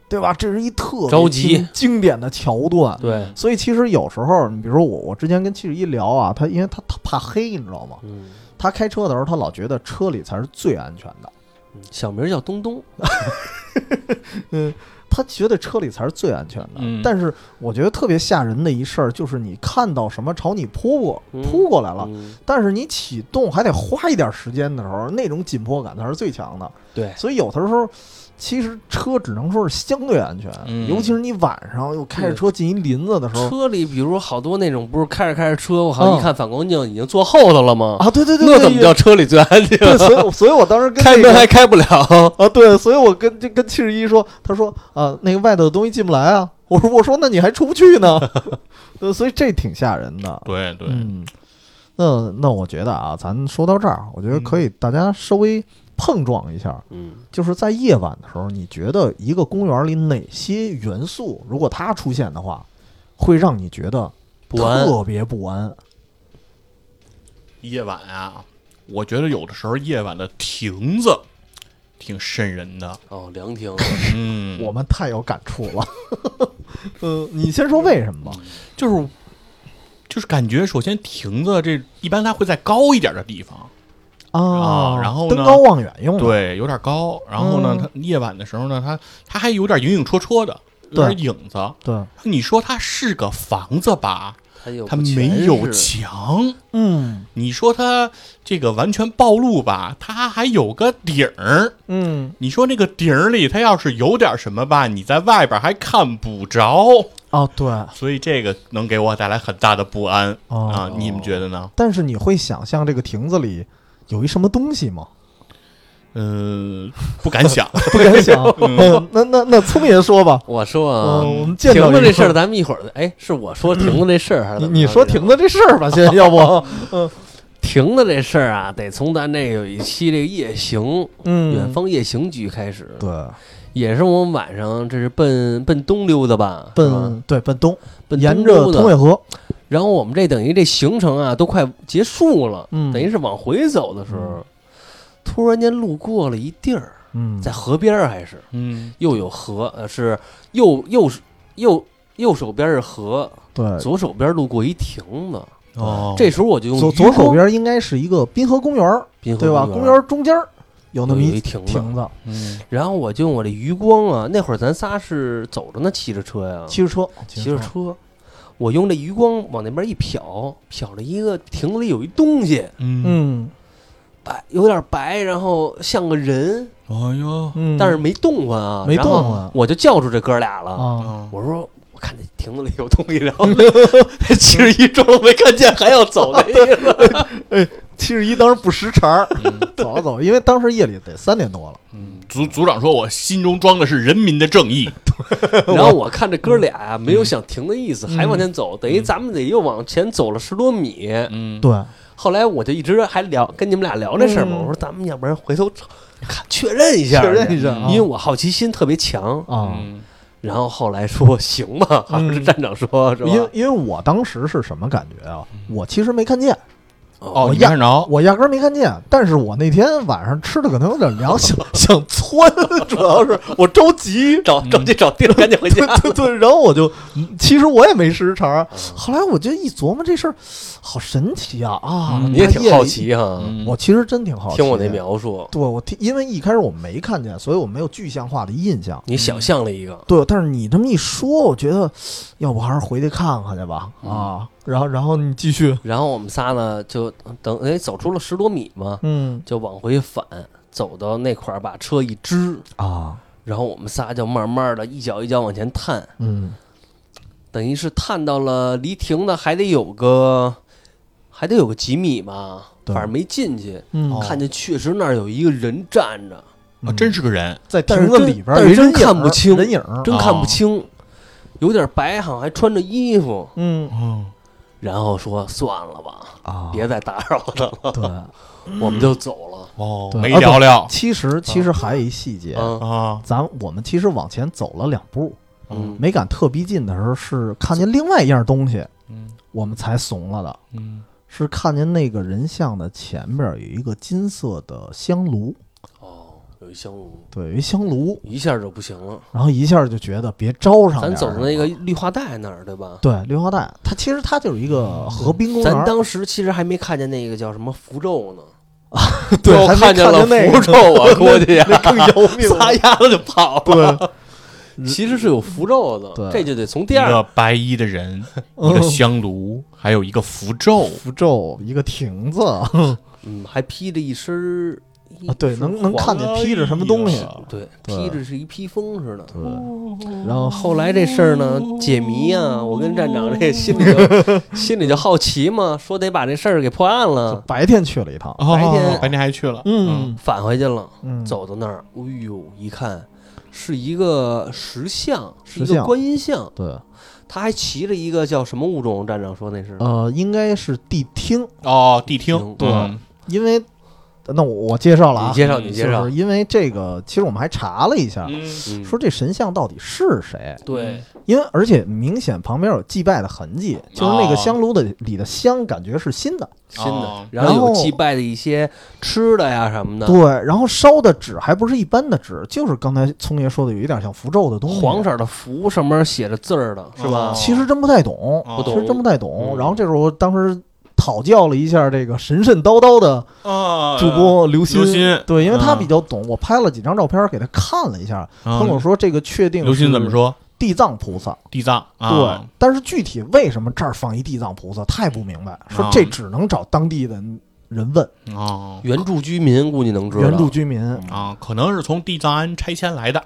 对吧？这是一特别
着急
经经典的桥段。
对，
所以其实有时候，你比如说我，我之前跟七十一聊啊，他因为他他怕黑，你知道吗？
嗯，
他开车的时候，他老觉得车里才是最安全的，
小名叫东东，
他觉得车里才是最安全的。
嗯
但是我觉得特别吓人的一事儿，就是你看到什么朝你扑过
嗯
扑过来了，
嗯
但是你启动还得花一点时间的时候，那种紧迫感才是最强的。
对，
所以有的时候，其实车只能说是相对安全，
嗯
尤其是你晚上又开着车进一林子的时候
车里比如好多那种不是开着开着车，我好像
嗯
一看反光镜已经坐后头了吗？
啊，对对对，
那
对
怎么叫？车里最安静？
对，所以我所以我当时跟
开
那
门
个
还开不了。
啊，对，所以我跟就跟七十一说，他说啊，那个外头的东西进不来啊。我说我说那你还出不去呢， <laughs> 呃所以这挺吓人的。
对对，
嗯，那那我觉得啊，咱说到这儿，我觉得可以大家稍微碰撞一下，
嗯，
就是在夜晚的时候，你觉得一个公园里哪些元素，如果它出现的话，会让你觉得
不安
特别不安？
夜晚啊，我觉得有的时候夜晚的亭子挺瘆人的，
哦，凉亭，
嗯，
我们太有感触了。呃，你先说为什么吧。
就是就是感觉，首先亭子这一般它会在高一点的地方，
啊，
然后呢
登高望远用的，
对，有点高。然后呢，
嗯
它夜晚的时候呢，它它还有点影影绰绰的，有
对
点影子。
对，
你说它是个房子吧，
它有
它
不全
没有
是
墙；
嗯
你说它这个完全暴露吧，它还有个顶儿。
嗯
你说那个顶儿里，它要是有点什么吧，你在外边还看不着，
哦对，
所以这个能给我带来很大的不安
哦
啊！你们觉得呢？
但是你会想象这个亭子里有一什么东西吗？
嗯，不敢想。
不敢
<laughs>
想。嗯，那那那聪明人说吧。
我说啊，
嗯，我们见
停
到
子
一
这
个
事儿，咱们一会儿哎，是我说停子这事儿还
你
是怎么着
你说亭子这事儿吧，先要不，
停子这事儿啊，得从咱这有一期这个夜行。
嗯，
远方夜行局开始，
对，
也是我们晚上这是奔奔东溜达吧，是吧
奔对奔东，
奔
沿
东
着
溜
通惠
达。
河，
然后我们这等于这行程啊都快结束了，
嗯
等于是往回走的时候，突然间路过了一地儿，
嗯，
在河边儿还是
嗯，
又有河，呃是右右右右手边是河，
对
左手边路过一亭子。
哦，
这时候我就用
左
余
左手
光
边应该是一个滨河公园儿，
滨河
对吧？
公
公园儿中间儿有那么
有
一
一亭子
亭子，
嗯
然后我就用我这余光啊，那会儿咱仨是走着呢，骑着车呀，
骑着车，
骑着，车，我用这余光往那边一瞟，瞟了一个亭子里有一东西，
嗯，
嗯
白有点白，然后像个人，
哎呦，
嗯，
但是没动唤啊，
没
然后
动过
我就叫住这哥俩了，
啊，
啊
我说。我看这亭子里有东西，然
<laughs>
后其实一装没看见，还要走那意
<laughs>
思。
七哎十一当时不识茬儿，
嗯
走啊走，因为当时夜里得三点多了，
嗯，组组长说，我心中装的是人民的正义。
然后我看这哥俩呀，
嗯
没有想停的意思，还往前走，等于咱们得又往前走了十多米。
嗯，
对，啊
后来我就一直还聊跟你们俩聊这事儿嘛，
嗯
我说咱们要不然回头看确认一下，
<laughs> 确认一下啊
因为我好奇心特别强。
啊。嗯
嗯
然后后来说
<laughs>
行吧，好像是站长说是吧？嗯
因为因为我当时是什么感觉啊？我其实没看见，
哦，
我
你没
压
看着，
我压根儿没看见，但是我那天晚上吃的可能有点凉，想想窜，主要是我着急，
找
嗯
着急找地儿，赶紧回啊家
对。对对，然后我就，嗯其实我也没时常。
嗯
后来我就一琢磨这事儿，好神奇啊啊！
嗯
你也
它
挺
夜
好
里，
奇哈，
嗯
我其实真挺好奇。啊
听我那，描述，
对我听，因为一开始我没看见，所以我没有具象化的印象。
你想象了一个，
对，但是你这么一说，我觉得，要不还是回去看看去吧
嗯
啊。然后，然后你继续，
然后我们仨呢就等哎走出了十多米嘛，
嗯
就往回返，走到那块儿把车一支，
啊，
然后我们仨就慢慢的一脚一脚往前探，
嗯
等于是探到了离亭子还得有个，还得有个几米吧，
对
反正没进去。
嗯，
看见确实那儿有一个人站着，
啊真是个人，
在
但是
亭子
真
里边
但
儿
是
有
真
人影
看不
儿
清
人影儿，
真看不清，有点白，好像还穿着衣服。
嗯
嗯，
然后说算了吧，
啊，
别再打扰他了，
对。嗯
我们就走了。
哦
对，
没
啊
聊聊
其实其实还有一细节，
嗯
啊，
咱我们其实往前走了两步，
嗯，
没敢特逼近的时候，是看见另外一样东西，
嗯
我们才怂了的。
嗯，
是看见那个人像的前面有一个金色的香炉，
哦，有一香炉，
对，有一香炉，
一下就不行了。
然后一下就觉得别招上
咱
点儿
走
什
的
么
那个绿化带那儿，对吧？
对绿化带，它其实它就是一
嗯
个河滨公园
咱
儿，
当时其实还没看见那个叫什么符咒呢，
<laughs> 对
要
还没
看见了
看见那
符咒，我估计
<laughs>
啊呀
那
<laughs>
更要命
撒
了，
丫子就跑了。
对，
其实是有符咒的，
嗯对
这就得从
一
第
个
二
白衣的人，一个香炉，还有一个符咒，
符咒一个亭子，
嗯，还披着一身儿一
啊对
身
能能
黄
看见披着什么东西
哎呀
对，
对
披着是一披风似的。
对，
哦
然后
后来这事儿呢，解谜啊，我跟站长这心里
<laughs>
就心里就好奇嘛，说得把这事儿给破案了，
白天去了一趟，
哦
白天
白天还去了，
嗯
返回去了。
嗯，
走到那儿，哎呦，一看是一个石像，是一
石
个
像
观音像，
对，
他还骑着一个叫什么物种？站长说那是
呃，应该是地厅，
哦，地厅
嗯，
对
嗯
因为那我我介绍了
你
啊，
介绍，
嗯
你
就
介绍
是，因为这个，其实我们还查了一下，
嗯
嗯
说这神像到底是谁？
对，
因为而且明显旁边有祭拜的痕迹，就是那个
哦
香炉的里的香，感觉是新的。
新的
哦，
然后
然
有
后
祭拜的一些吃的呀什么的，
对，然后烧的纸还不是一般的纸，就是刚才聪爷说的，有一点像符咒的东西。
黄色的符上面写着字儿的是吧
哦？
其实真不太懂，
不
其实
懂
真不太懂。
嗯
然后这时候当时讨教了一下这个神神叨叨的
啊，
主播刘
刘鑫
对，因为他
啊
比较懂，我拍了几张照片给他看了一下，他
啊
跟我说这个确定
刘鑫
是
怎么说？
地藏菩萨，
地藏
对
啊，，
但是具体为什么这儿放一地藏菩萨，他也不明白，
啊
说这只能找当地的人问
对哦
原住居民估计能知道。
原住居民，
啊，可能是从地藏庵拆迁来的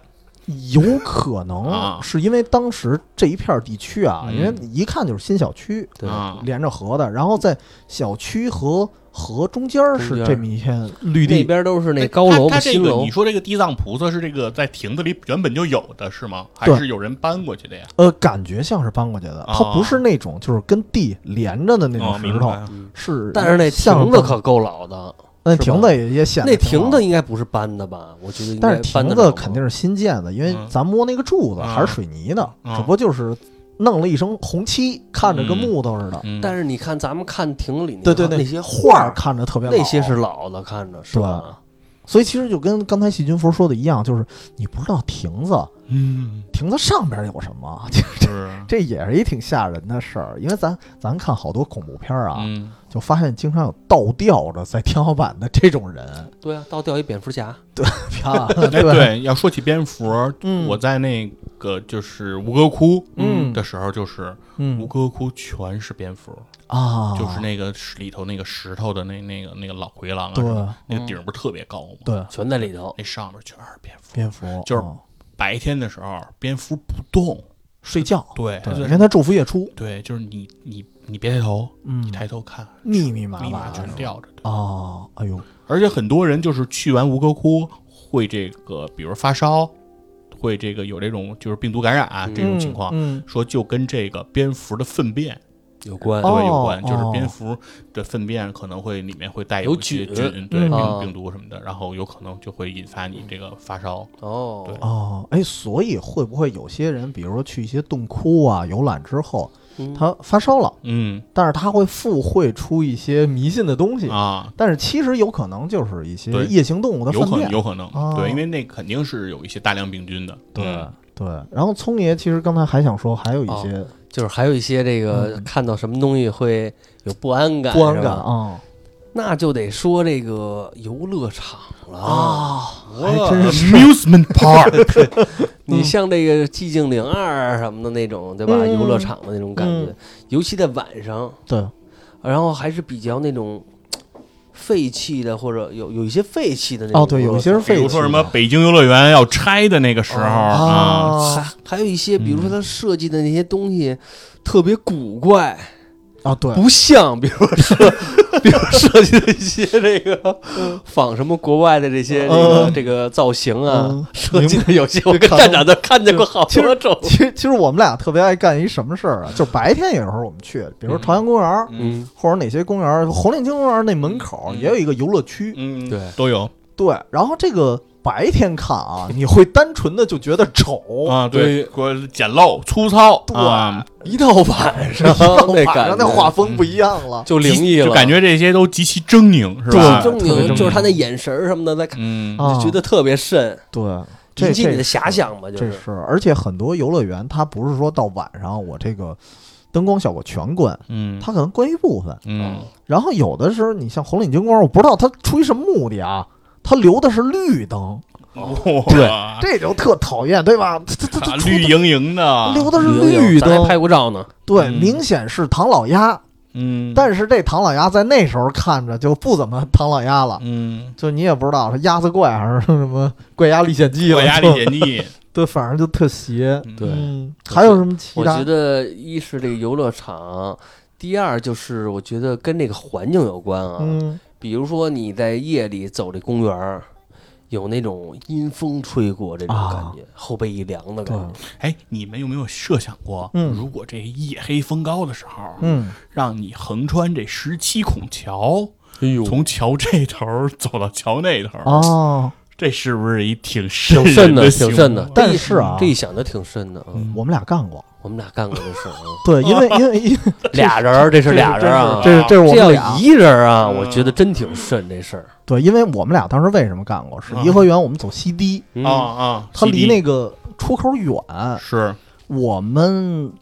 有可能
啊
是因为当时这一片地区啊，
嗯
因为一看就是新小区
对，
啊，
连着河的，然后在小区和河中间
中
是
间
这么一片绿
那
地，
边都是那
哎
高
他
楼
他
嘛，
这
新
个
楼
你。说这个地藏菩萨是这个在亭子里原本就有的是吗？还
对
是有人搬过去的呀？
呃，感觉像是搬过去的，它
哦
不是那种就是跟地连着的那种
哦，
石
明
头，
白了。
嗯
是，
但是那
像
亭子
搬
可够老的，
那
是吧
亭子也也显得
那
挺
亭
好
子应该不是搬的吧？我觉得应
但
该
是
搬
亭
得
子
了
肯定是新建的，因为
嗯
咱摸那个柱子
嗯
还是水泥的，
嗯
只不过就是弄了一身红漆，看着跟木头似的。
嗯，
但是你看咱们看亭里那
对对对，
那些画
儿
儿，
看着特别老，
那些是。老啊的，看着是吧？
所以其实就跟刚才细菌佛说的一样，就是你不知道亭子，
嗯，
亭子上边有什么，这
是
这也是一挺吓人的事儿。因为咱咱看好多恐怖片 <laughs> 儿啊，
嗯
就发现经常有倒吊着在天花板的这种人， <laughs>
对啊，倒吊一蝙蝠侠，
啪，
哎，
<laughs> 对吧？
对，要说起蝙蝠，
嗯
我在那个就是吴哥窟
嗯
的时候，就是吴
嗯
哥窟全是蝙蝠，
啊，
就是那个石里头那个石头的那那个那个老回廊啊
对
什么，那个顶儿不是特别高吗？
对
全在里头。
那上面全是蝙蝠。
蝙蝠
就是
嗯
白天的时候，蝙蝠不动，
睡觉，
对，它
对，
就
因为它昼伏夜出，
对，就是你你你别抬头，
嗯
你抬头看，
密密麻
密
麻
码
的
全吊着。
哦，哎呦，
而且很多人就是去完吴哥窟会这个，比如发烧，会这个有这种就是病毒感染、啊
嗯
这种情况，
嗯，
说就跟这个蝙蝠的粪便
有关
哦
对有关，就是
哦
蝙蝠的粪便可能会里面会带
有
一些
菌
菌，对
嗯
病病毒什么的，然后有可能就会引发你这个发烧。
哦
对，
哦，哎，所以会不会有些人，比如说去一些洞窟啊游览之后，
嗯
他发烧了，
嗯
但是他会附会出一些迷信的东西，
啊，
但是其实有可能就是一些
对
夜行动物的
有
粪
可能
便，
有可能，
哦
对，因为那肯定是有一些大量病菌的。
对
嗯
对。然后聪爷其实刚才还想说，还有一些
就是还有一些这个看到什么东西会有不安感，
不安
是
感
吧？
啊
那就得说这个游乐场了。
啊，
哦
还
哇
真是 <laughs>
呃 amusement park，
你像这个寂静岭二啊什么的那种，对吧？
嗯
游乐场的那种感觉
嗯，
尤其在晚上，
对，
然后还是比较那种嘖废弃的，或者有有一些废弃的那种。
哦对，有一些是
比
废
如
弃
说什
的
么北京游乐园要拆的那个时候啊，
啊
还还有一些，比
嗯
如说他设计的那些东西特别古怪，
啊，对，
不像，比如说设，比如设计的一些这个仿什么国外的这些这个
嗯
这个造型啊
嗯，
设计的有些我跟站长都看见过好
其实
多种。
其实其实我们俩特别爱干一什么事儿啊，就是白天有时候我们去，比如说朝阳公园儿，
嗯，
或者哪些公园儿，红领巾公园儿那门口
嗯
也有一个游乐区，
嗯，
对
都有
对。然后这个白天看啊，你会单纯的就觉得丑，
啊，对，我简陋、粗糙，
哦对
啊，
一到
<laughs>
晚上那
晚
感
上
觉
那画风不一样了。
就灵
极
异了，
就感觉这些都极其狰狞，是吧？
特
狰
别狰
狞，
狞
就是他那眼神儿什么的，在看
嗯
啊
就觉得特别瘆，
对，这
引起你
这
的遐想吧，就
这
是
是，而且很多游乐园它不是说到晚上我这个灯光效果全关，
嗯
它可哦能关一部分。
嗯
然后有的时候你像红领巾公园，我不知道它出于什么目的啊，它留的是绿灯，
对，
这就特讨厌，哦对吧？它它它
啊
它出
绿啊
的
莹莹的，
留的是
绿
绿
咱还
灯，
拍过照呢，
对，
嗯
明显是唐老鸭，
嗯，
但是这唐老鸭在那时候看着就不怎么唐老鸭了，
嗯，
就你也不知道是鸭子怪还是什么 <laughs> 怪鸭历险记了，
国家历险记，
就对，反正就特邪。
嗯
对
嗯，还有什么其
我
他
觉？得一是这个游乐场，第二就是我觉得跟这个环境有关啊，
嗯
比如说你在夜里走这公园儿，有那种阴风吹过这种感
啊
觉，后背一凉的感觉。
哎，你们有没有设想过，
嗯
如果这夜黑风高的时候，
嗯，
让你横穿这十七孔桥，
哎呦
从桥这头儿 <laughs> 走到桥那头儿，
哦，
这是不是一挺瘆
挺瘆
人
的，
行
挺
为
瘆的。
但是啊
这一想就挺瘆的啊。
嗯
我们俩干过，
我们俩干过这事
<laughs>
儿啊，
对，因
<laughs>
为因为因为
俩人儿，这是俩人儿啊。
<laughs> 这是这是我
这啊
们
要
俩
一人儿啊，
嗯
我觉得真挺瘆这事儿。
对，因为我们俩当时为什么干过？是颐和园，我们走西堤，
嗯
啊，啊，
它离
CD
那啊个出口远，
是
<laughs> 我们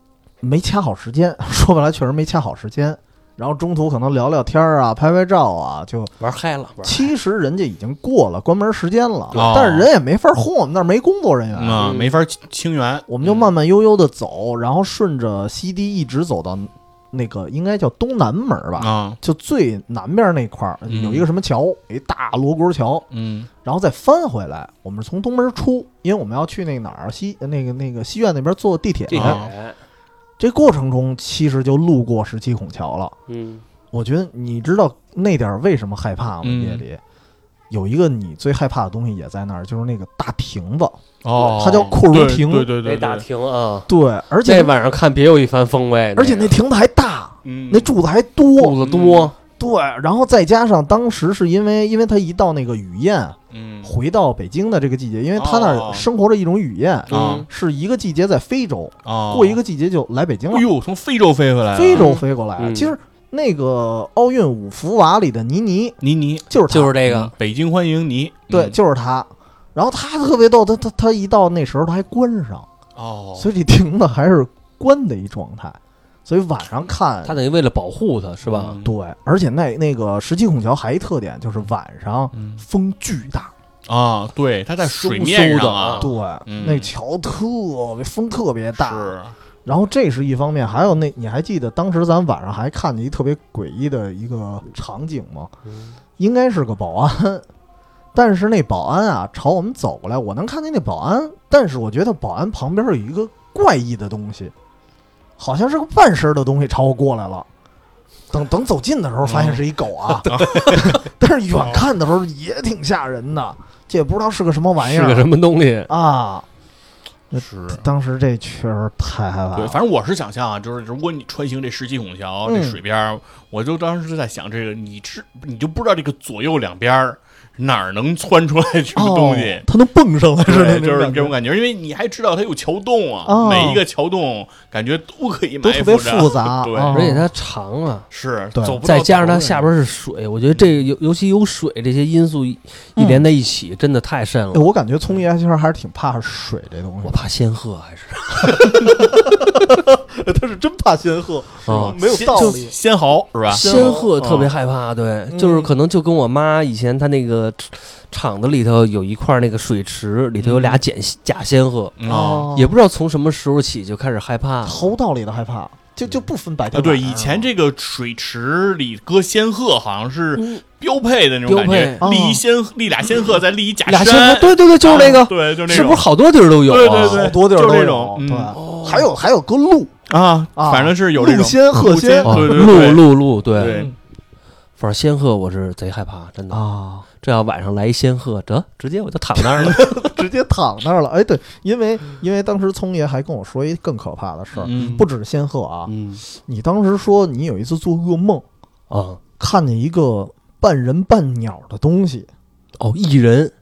没掐好时间，说白了确实没掐好时间。然后中途可能聊聊天儿啊，拍拍照啊，就
玩嗨了，玩
其实人家已经过了关门时间了，
哦
但是人也没法轰，我们那儿没工作人员，
哦
啊，没法清清源，
嗯我们就慢慢悠悠的走，然后顺着西堤一直走到那个应该叫东南门儿吧，
啊，
就最南边那块儿
嗯
有一个什么桥，一大罗锅桥，
嗯
然后再翻回来，我们是从东门出，因为我们要去那个哪儿西那个那个西苑那边坐地铁。
地
啊
铁，
这过程中其实就路过十七孔桥了。
嗯，
我觉得你知道那点儿为什么害怕吗？
嗯
夜里有一个你最害怕的东西也在那儿，就是那个大亭子。
哦，
它叫库尔亭
对对对
那
对，
大
对
厅啊，
对，而
那
且
晚上看别有一番风
啊
味。
而且那
那
亭子还大，
嗯，
那柱子还多。
肚子多，
对，然后再加上当时是因为因为它一到那个雨燕，
嗯
回到北京的这个季节，因为它那
哦
儿生活着一种雨燕，
啊
嗯
是一个季节在非洲，
啊，
过一个季节就来北京了
哎，呦，从非洲飞回来了，
非洲飞过来。
嗯
其实那个奥运五福娃里的倪妮
尼尼，
就是他，
就是这个
嗯，北京欢迎你，
对，
嗯
就是他。然后他特别逗，他他他一到那时候他还关上，
哦，
所以这亭子还是关的一状态，所以晚上看
他等于为了保护它是吧？
嗯
对，而且那那个十七孔桥还一特点就是晚上
嗯
风巨大，
啊，对，它在水
嗖
面
嗖
上
的啊
对，
嗯
那桥特别风特别大，
是
然后这是一方面，还有那你还记得当时咱晚上还看见一特别诡异的一个场景吗？
嗯
应该是个保安， <laughs> 但是那保安啊朝我们走过来，我能看见那保安，但是我觉得保安旁边有一个怪异的东西，好像是个半身的东西朝我过来了。等等走近的时候，发现是一狗啊， <laughs> 但是远看的时候也挺吓人的，这也不知道是个什么玩意
是个
儿
什么东西？
啊。那
是。
当时这确实太害怕
对，
了。
反正我是想象啊，就是如果你穿行这十七孔桥这
嗯
水边儿，我就当时在想这个，你知你就不知道这个左右两边儿哪儿能窜出来什么东西
<laughs> 哦，，它能蹦上来是那
对，
种
就是
感
这种
觉
感觉，因为你还知道它有桥洞啊，
哦
每一个桥洞感觉都可以埋
都
伏
特
着，
别复杂，
对
啊
而且它长啊，
是
对
走不到
再加上它
头
下边是水，我觉得这个尤尤其有水这些因素一一连在一起，真的太深
哎
了。
我感觉聪爷其实还是挺怕水这东
我
西，
怕仙鹤还是
他是真怕仙鹤，
啊，
没有
先
道
就
理。
仙豪是吧？
仙鹤特别
啊
害怕，对，就是可能就跟我妈以前她那个厂子里头有一块那个水池，里头有俩假假仙鹤，
嗯
哦
啊
也不知道从什么时候起就开始害怕了。
毫道理的害怕，就就不分白
啊，
天晚
对，
上
以前这个水池里搁仙鹤好像是标配的那
嗯
种
标
感觉，
配
立一
哦
仙立俩仙鹤，再立一假
俩仙
山啊
鹤，，对对对，就是那个，
对，就那
是
种
不是好多地儿都有啊？
对对对
好多地儿
就
都
这
有
种，
对
嗯，
还有还有个鹿，
啊，
啊
反正是有这
鹿
种
仙鹤
鹿仙
仙
啊
对对对
鹿鹿鹿，
对
对，反正仙鹤我是贼害怕，真的。
啊，
这要晚上来一仙鹤，得直接我就躺那
<laughs>
儿了。
<laughs> 直接躺那儿了。哎，对，因为因为当时聪爷还跟我说一更可怕的事儿，
嗯
不止仙鹤啊，
嗯
你当时说你有一次做噩梦，
啊，
看见一个半人半鸟的东西，
哦，艺人，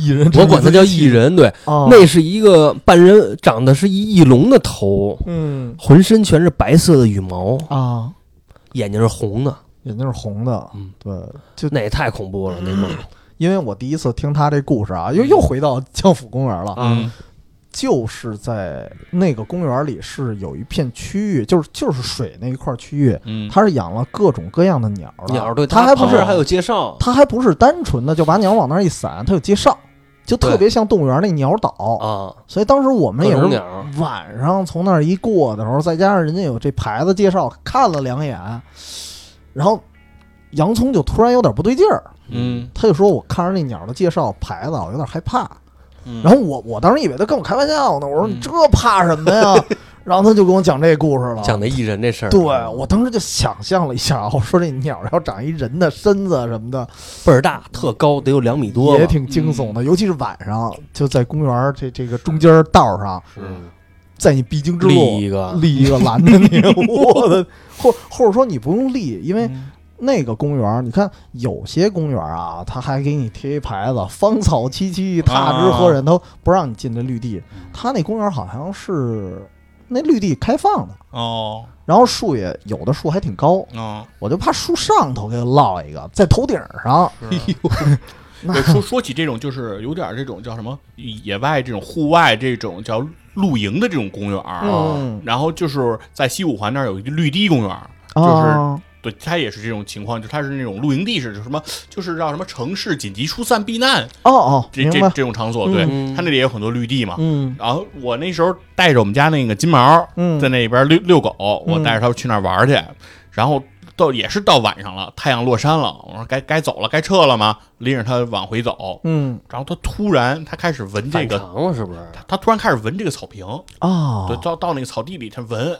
一人
我管他叫艺人，对，
啊，
那是一个半人，长得是一翼龙的头，
嗯
浑身全是白色的羽毛，
啊，
眼睛是红的，
眼睛是红的，
嗯，
对，就
那也太恐怖了，
嗯
那梦
因为我第一次听他这故事啊，又又回到江府公园了，
嗯
就是在那个公园里是有一片区域，就是就是水那一块区域，
嗯，
它是养了各种各样的鸟的，
鸟儿对
它还不
旁
是
啊
啊
边还有介绍，
它还不是单纯的就把鸟往那儿一散，它有介绍，就特
对
别像动物园那鸟岛，
啊，
所以当时我们
各
也
种
是
鸟，
晚上从那儿一过的时候，再加上人家有这牌子介绍，看了两眼，然后洋葱就突然有点不对劲儿，
嗯
他就说我看着那鸟的介绍牌子啊，我有点害怕。
嗯，
然后我我当时以为他跟我开玩笑呢，我说
嗯
你这怕什么
<laughs>
呀？然后他就跟我讲这故事
啊
了。
讲的艺人这事儿，
对，我当时就想象了一下，我说这鸟要长一人的身子什么的，
倍儿大，特高，得有两米多
也
吧，
挺惊悚
嗯
的，尤其是晚上，就在公园儿这这个中间儿道上，
嗯
在你必经之
立
路
一个，
立一个拦着你，
<laughs>
我的，或或者说你不用立，因为
嗯
那个公园儿，你看有些公园儿啊，它还给你贴一牌子“芳草萋萋，踏之何
啊
人”，都不让你进这绿地。
嗯
它那公园儿好像是那绿地开放的，
哦
然后树也有的树还挺高，
哦，
我就怕树上头给它落一个，在头顶上。
是
那
对说说起这种，就是有点这种叫什么野外这种户外这种叫露营的这种公园儿啊，
嗯
<laughs> 然后就是在西五环那儿有一个绿地公园儿，
啊，
对，它也是这种情况，就它是那种露营地式，就什么就是叫什么城市紧急疏散避难
哦哦，
这
明
这
白，
这种场所，对，
嗯
它那里也有很多绿地嘛。
嗯
然后我那时候带着我们家那个金毛
嗯，
在那边遛遛狗，我
嗯
带着它去那儿玩去，然后到也是到晚上了，太阳落山了，我说该该走了，该撤了嘛，拎着它往回走，
嗯
然后它突然它开始闻这
反
个，
常了是不是？
它它突然开始闻这个草坪，
啊
对，，到到那个草地里它闻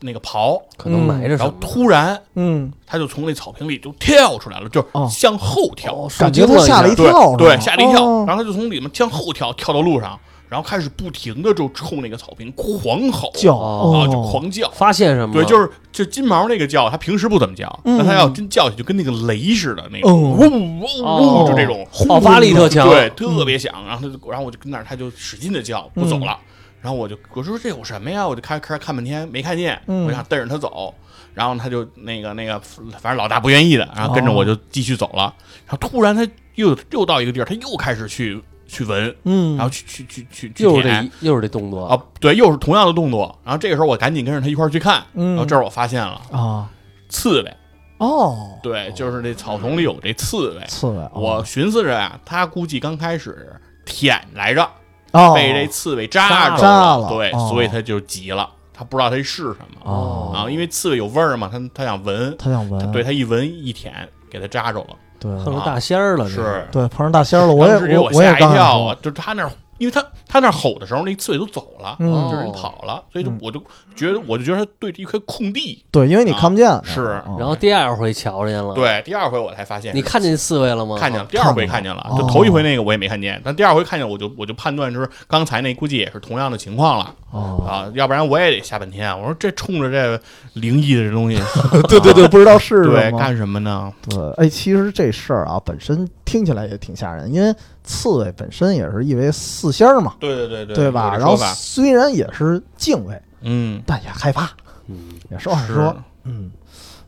那个刨，
可能埋着
然
什
后
么，
突然
嗯，
它就从那草坪里就跳出来了，就
哦
是向后跳，
哦受
感觉
惊
他吓了
了一
一
下
对
跳，是
对，
吧
吓了一跳，
哦
然后他就从里面向后跳，跳到路上，然后开始不停的就冲那个草坪狂吼
叫
啊，
哦，
就狂叫。
发现什么了？
对，就是就金毛那个叫，它平时不怎么叫，
嗯
但它要真叫起，就跟那个雷似的，那个
哦
呜呜
哦
呜，就这种，
爆发力特强，
对，特别响。然后它就，然后我就跟那儿，它就使劲的叫，不走了。然后我就我说这有什么呀？我就开开始看半天没看见，
嗯
我想瞪着它走。然后它就那个那个，反正老大不愿意的，然后跟着我就继续走了。然后突然它又又到一个地儿，它又开始去去闻，
嗯，
然后去去去去去
又是
舔
这一又是这动作，
啊，对，又是同样的动作。然后这个时候我赶紧跟着它一块儿去看，
嗯
然后这儿我发现了
啊，
刺猬，
哦，
对，就是这草丛里有这刺猬。
刺猬，
哎我寻思着呀，它估计刚开始舔来着，
哦
被这刺猬扎着
扎了
对，
哦
所以它就急了，它不知道它是什么
哦
啊，因为刺猬有味儿嘛，它它想闻，
他想
它
闻，
对它一闻一舔，给它扎着了，
对
碰上大仙儿了，这
是。
对，碰上大仙儿了，我
当时给
也
我
我也
吓一
刚想
跳
说
啊！，就是它那儿，因为它它那儿吼的时候，那刺猬都走了，
嗯
就是人跑了，所以就
嗯
我就觉得我就觉得它对着一块空地。
对，因为你看不见嘛，
啊是
嗯
然后第二回瞧见了，，
对，第二回我才发现
你
是
看见刺猬了吗？
看见了，第二回
嗯看
看
见
见
了
了，
哦
就头一回那个我也没看见，但第二回看见我就我就判断就是刚才那估计也是同样的情况了
哦，
啊，要不然我也得吓半天。啊我说这冲着这灵异的
<laughs>
这东西，
哦对对对，不知道是什
对，
么，
干什么呢？
对，哎，其实这事儿啊，本身听起来也挺吓人，因为刺猬本身也是意为四仙儿嘛，
<laughs> 对对对对
对
对
吧？然后虽然也是敬畏，
嗯，
但也害怕，
嗯，
也实话实
是
说，嗯，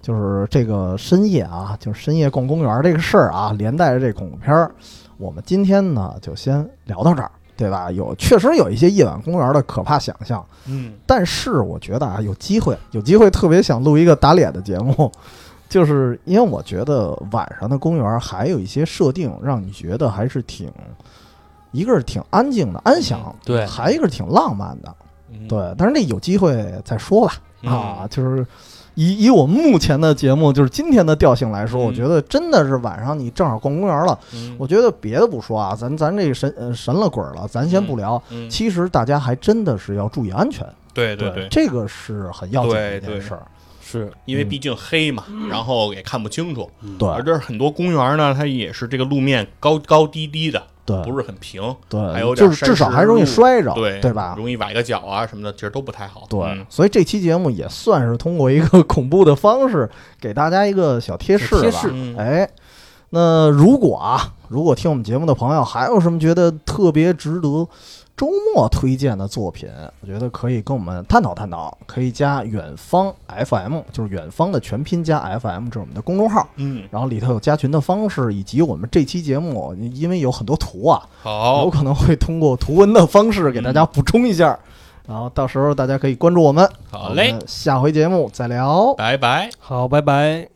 就是这个深夜啊，就是深夜逛公园儿这个事儿啊，连带着这恐怖片儿，我们今天呢就先聊到这儿，对吧？有确实有一些夜晚公园儿的可怕想象，
嗯，
但是我觉得啊，有机会，有机会特别想录一个打脸的节目，就是因为我觉得晚上的公园还有一些设定，让你觉得还是挺，一个是挺安静的、安详，
对
还有一个是挺浪漫的，
嗯
对。但是那有机会再说吧，
嗯
啊，就是。以以我目前的节目，就是今天的调性来说，我
嗯
觉得真的是晚上你正好逛公园了。
嗯
我觉得别的不说啊，咱咱这神呃神了鬼儿了，咱先不聊。
嗯
其实大家还真的是要注意安全。
对
对
对对，
这个是很要紧的一
对
件
对
事儿。
是
因为毕竟黑嘛，然后也看不清楚，
嗯对
而这儿很多公园呢，它也是这个路面高高低低的，
对
不是很平，
对，
还有点
就是
山
至少
石
还容易
路
摔着，
对
吧？
容易崴个脚啊什么的，其实都不太好。
对，
嗯
所以这期节目也算是通过一个恐怖的方式，给大家一个小贴士吧。
贴士
嗯
哎，那如果啊，如果听我们节目的朋友还有什么觉得特别值得周末推荐的作品，我觉得可以跟我们探讨探讨，可以加远方 FM，就是远方的全拼加 FM，这是我们的公众号。
嗯，
然后里头有加群的方式，以及我们这期节目，因为有很多图啊，有
好，
可能会通过图文的方式给大
嗯
家补充一下，然后到时候大家可以关注我们。
好嘞
我，们下回节目再聊。
拜拜。
好，拜拜。